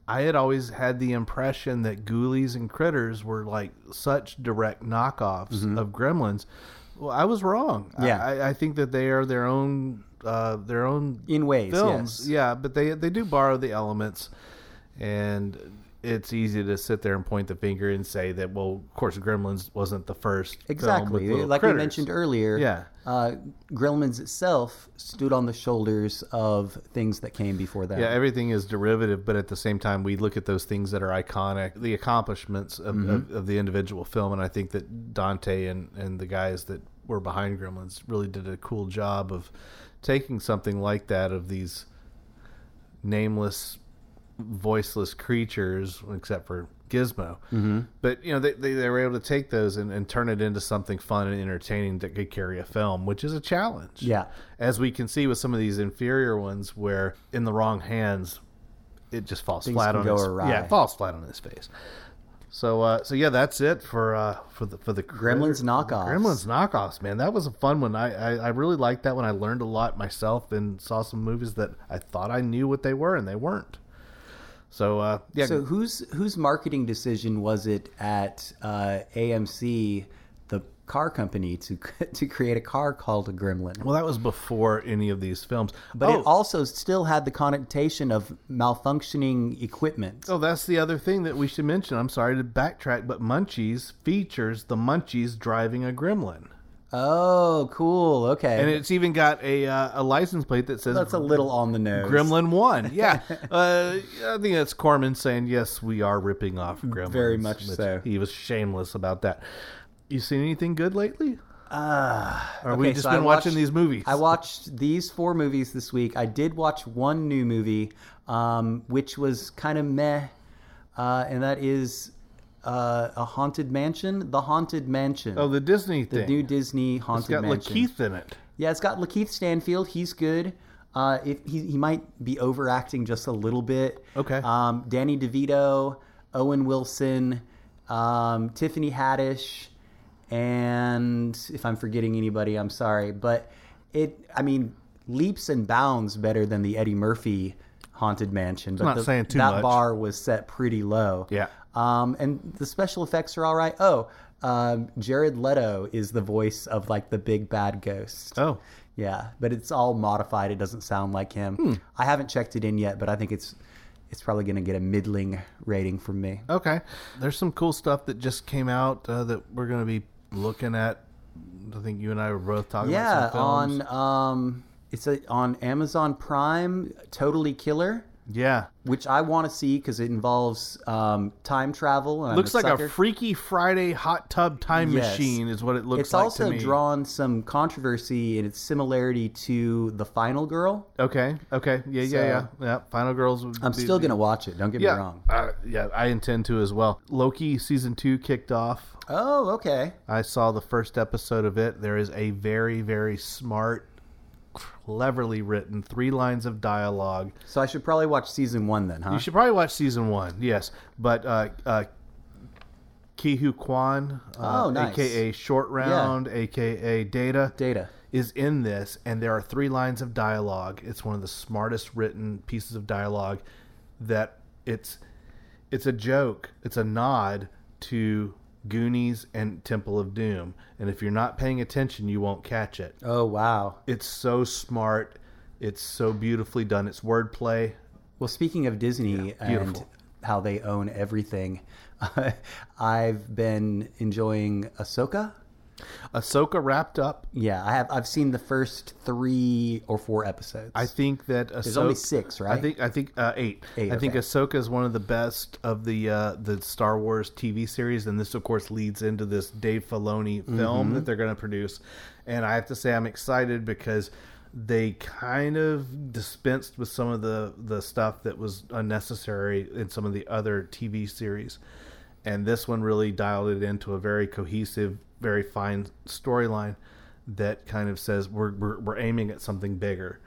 Speaker 3: I had always had the impression that Ghoulies and Critters were like such direct knockoffs of Gremlins. Well, I was wrong. I-
Speaker 2: Mm-hmm. Yeah.
Speaker 3: I, I think that they are their own, uh, their own
Speaker 2: In ways,
Speaker 3: films.
Speaker 2: yes.
Speaker 3: Yeah, but they they do borrow the elements, and it's easy to sit there and point the finger and say that well, of course, Gremlins wasn't the first. film with
Speaker 2: Exactly.
Speaker 3: little
Speaker 2: Like we
Speaker 3: critters.
Speaker 2: mentioned earlier,
Speaker 3: Yeah.
Speaker 2: uh, Gremlins itself stood on the shoulders of things that came before that.
Speaker 3: Yeah, everything is derivative, but at the same time, we look at those things that are iconic, the accomplishments of, of, of the individual film, and I think that Dante and and the guys that were behind Gremlins really did a cool job of taking something like that of these nameless voiceless creatures, except for Gizmo. Mm-hmm. But you know, they, they they were able to take those and, and turn it into something fun and entertaining that could carry a film, which is a challenge.
Speaker 2: Yeah.
Speaker 3: as we can see with some of these inferior ones, where in the wrong hands, it just falls
Speaker 2: Things
Speaker 3: flat
Speaker 2: can
Speaker 3: on
Speaker 2: go
Speaker 3: its,
Speaker 2: awry.
Speaker 3: yeah, it falls flat on its face. So, uh, so yeah, that's it for uh, for the for the
Speaker 2: Gremlins knockoffs.
Speaker 3: Gremlins knockoffs, man, that was a fun one. I, I I really liked that one. I learned a lot myself and saw some movies that I thought I knew what they were and they weren't. So uh, yeah,
Speaker 2: So whose whose marketing decision was it at uh, AMC, the car company, to [LAUGHS] to create a car called a Gremlin?
Speaker 3: well, that was before any of these films.
Speaker 2: But
Speaker 3: oh,
Speaker 2: it also still had the connotation of malfunctioning equipment.
Speaker 3: oh, that's the other thing that we should mention. I'm sorry to backtrack, but Munchies features the Munchies driving a Gremlin,
Speaker 2: Oh, cool. Okay.
Speaker 3: and it's even got a uh, a license plate that says
Speaker 2: That's a little on the nose. [LAUGHS]
Speaker 3: Gremlin One. Yeah, uh, I think that's Corman saying yes, we are ripping off Gremlins.
Speaker 2: Very much
Speaker 3: which
Speaker 2: so.
Speaker 3: He was shameless about that. You seen anything good lately? Ah, or we
Speaker 2: Uh, Okay,
Speaker 3: just
Speaker 2: so I
Speaker 3: been watching
Speaker 2: watched-
Speaker 3: these movies?
Speaker 2: I watched these four movies this week. I did watch one new movie, um, which was kind of meh. uh, and that is uh, a haunted mansion. The Haunted Mansion.
Speaker 3: Oh, the Disney
Speaker 2: the
Speaker 3: thing.
Speaker 2: new Disney haunted
Speaker 3: it's got
Speaker 2: mansion.
Speaker 3: Lakeith in it.
Speaker 2: Yeah, it's got Lakeith Stanfield. He's good. Uh, if he, he might be overacting just a little bit.
Speaker 3: Okay.
Speaker 2: Um, Danny DeVito, Owen Wilson, um, Tiffany Haddish, and if I'm forgetting anybody, I'm sorry. But it, I mean, leaps and bounds better than the Eddie Murphy Haunted Mansion. But
Speaker 3: not
Speaker 2: the-
Speaker 3: saying too
Speaker 2: that
Speaker 3: much.
Speaker 2: bar was set pretty low.
Speaker 3: Yeah.
Speaker 2: Um, and the special effects are all right. Oh, um, Jared Leto is the voice of like the big bad ghost.
Speaker 3: Oh,
Speaker 2: Yeah, but it's all modified. It doesn't sound like him.
Speaker 3: Hmm.
Speaker 2: I haven't checked it in yet, but I think it's it's probably going to get a middling rating from me.
Speaker 3: okay. There's some cool stuff that just came out uh, that we're going to be looking at. I think you and I were both talking
Speaker 2: yeah,
Speaker 3: about some films.
Speaker 2: on um, it's a, on Amazon Prime, Totally Killer,
Speaker 3: yeah.
Speaker 2: which I want to see because it involves um, time travel. And I'm
Speaker 3: Looks like
Speaker 2: sucker.
Speaker 3: a Freaky Friday hot tub time
Speaker 2: Yes.
Speaker 3: machine is what it looks
Speaker 2: It's
Speaker 3: like
Speaker 2: also
Speaker 3: to me.
Speaker 2: drawn some controversy in its similarity to the Final Girl.
Speaker 3: okay. Okay. Yeah. Yeah.
Speaker 2: So-
Speaker 3: yeah. Yeah. Final Girls. Would
Speaker 2: I'm
Speaker 3: be-
Speaker 2: still gonna watch it. Don't get
Speaker 3: Yeah.
Speaker 2: me wrong.
Speaker 3: Uh, yeah. I intend to as well. Loki season two kicked off.
Speaker 2: Oh, okay.
Speaker 3: I saw the first episode of it. There is a very, very smart, cleverly written three lines of dialogue.
Speaker 2: So I should probably watch season one then, huh?
Speaker 3: You should probably watch season one, yes. But uh, uh, Kihu Kwan, uh,
Speaker 2: Oh, nice.
Speaker 3: aka Short Round, aka Data,
Speaker 2: Data.
Speaker 3: is in this, and there are three lines of dialogue. It's one of the smartest written pieces of dialogue that it's it's a joke. It's a nod to Goonies and Temple of Doom. And if you're not paying attention, you won't catch it.
Speaker 2: Oh wow.
Speaker 3: It's so smart. It's so beautifully done. It's wordplay.
Speaker 2: Well, speaking of Disney and
Speaker 3: beautiful.
Speaker 2: how they own everything, [LAUGHS] I've been enjoying Ahsoka.
Speaker 3: Ahsoka wrapped up.
Speaker 2: Yeah, I have. I've seen the first three or four episodes.
Speaker 3: I think that Ahsoka,
Speaker 2: There's only six, right?
Speaker 3: I think I think uh, eight.
Speaker 2: Eight,
Speaker 3: I think
Speaker 2: okay.
Speaker 3: Ahsoka is one of the best of the uh, the Star Wars TV series, and this of course leads into this Dave Filoni film that they're going to produce. And I have to say, I'm excited because they kind of dispensed with some of the the stuff that was unnecessary in some of the other TV series, and this one really dialed it into a very cohesive, very fine storyline that kind of says we're, we're we're aiming at something bigger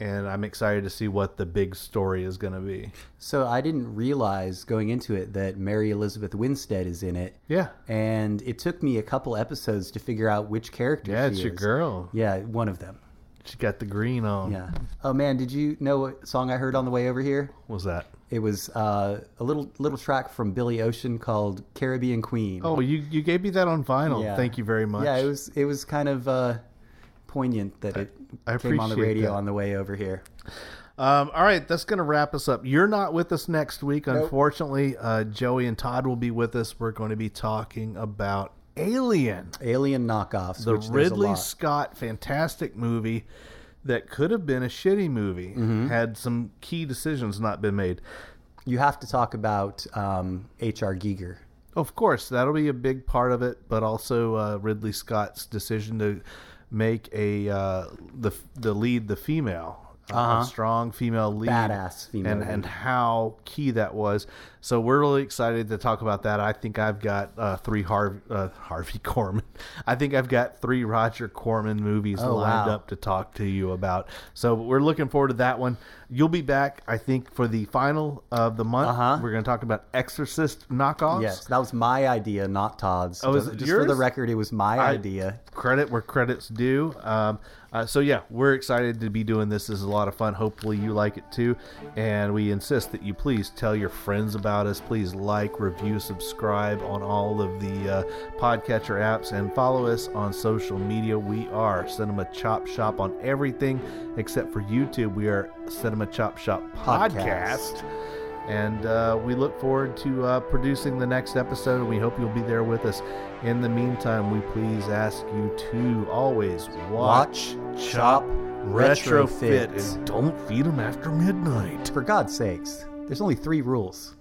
Speaker 3: and I'm excited to see what the big story is going to be.
Speaker 2: so. I didn't realize going into it that Mary Elizabeth Winstead is in it.
Speaker 3: Yeah,
Speaker 2: And it took me a couple episodes to figure out which character.
Speaker 3: yeah,
Speaker 2: she
Speaker 3: it's your
Speaker 2: is.
Speaker 3: girl.
Speaker 2: Yeah, one of them.
Speaker 3: She got the green on.
Speaker 2: Yeah. Oh man, did you know what song I heard on the way over here?
Speaker 3: What was that?
Speaker 2: It was uh, a little little track from Billy Ocean called "Caribbean Queen."
Speaker 3: Oh, you you gave me that on vinyl.
Speaker 2: Yeah.
Speaker 3: Oh, Thank you very much.
Speaker 2: Yeah, it was it was kind of uh, poignant that it
Speaker 3: I
Speaker 2: came on the
Speaker 3: appreciate
Speaker 2: radio
Speaker 3: that.
Speaker 2: on the way over here.
Speaker 3: Um, all right, that's going to wrap us up. You're not with us next week, unfortunately. Uh, Joey and Todd will be with us. We're going to be talking about Alien,
Speaker 2: Alien knockoffs.
Speaker 3: the
Speaker 2: which there's a
Speaker 3: Ridley
Speaker 2: lot.
Speaker 3: Scott fantastic movie that could have been a shitty movie
Speaker 2: Mm-hmm.
Speaker 3: had some key decisions not been made.
Speaker 2: You have to talk about um, H.R. Giger.
Speaker 3: Of course, that'll be a big part of it, but also uh, Ridley Scott's decision to make a uh, the the lead the female, uh, a strong female lead,
Speaker 2: Uh-huh. Badass female
Speaker 3: and
Speaker 2: lead.
Speaker 3: and how key that was. So we're really excited to talk about that. I think I've got uh, three Harvey uh, Harvey [LAUGHS] Corman. I think I've got three Roger Corman movies
Speaker 2: Oh,
Speaker 3: lined
Speaker 2: wow.
Speaker 3: up to talk to you about. So we're looking forward to that one. You'll be back, I think, for the final of the month.
Speaker 2: Uh-huh.
Speaker 3: We're going to talk about Exorcist knockoffs.
Speaker 2: Yes, that was my idea, not Todd's.
Speaker 3: Oh, is
Speaker 2: Just-
Speaker 3: it
Speaker 2: just for the
Speaker 3: yours?
Speaker 2: record, it was my
Speaker 3: I-
Speaker 2: idea.
Speaker 3: credit where credit's due. Um, uh, so yeah, we're excited to be doing this. This is a lot of fun. Hopefully you like it too. And we insist that you please tell your friends about us. Please like, review, subscribe on all of the uh, podcatcher apps, and follow us on social media. We are Cinema Chop Shop on everything except for YouTube. We are Cinema Chop Shop
Speaker 2: Podcast.
Speaker 3: Podcast. And uh, we look forward to uh, producing the next episode, and we hope you'll be there with us. In the meantime, we please ask you to always watch,
Speaker 2: Watch, chop,
Speaker 3: chop, retrofit,
Speaker 2: retrofit.
Speaker 3: and don't feed them after midnight.
Speaker 2: For God's sakes, there's only three rules.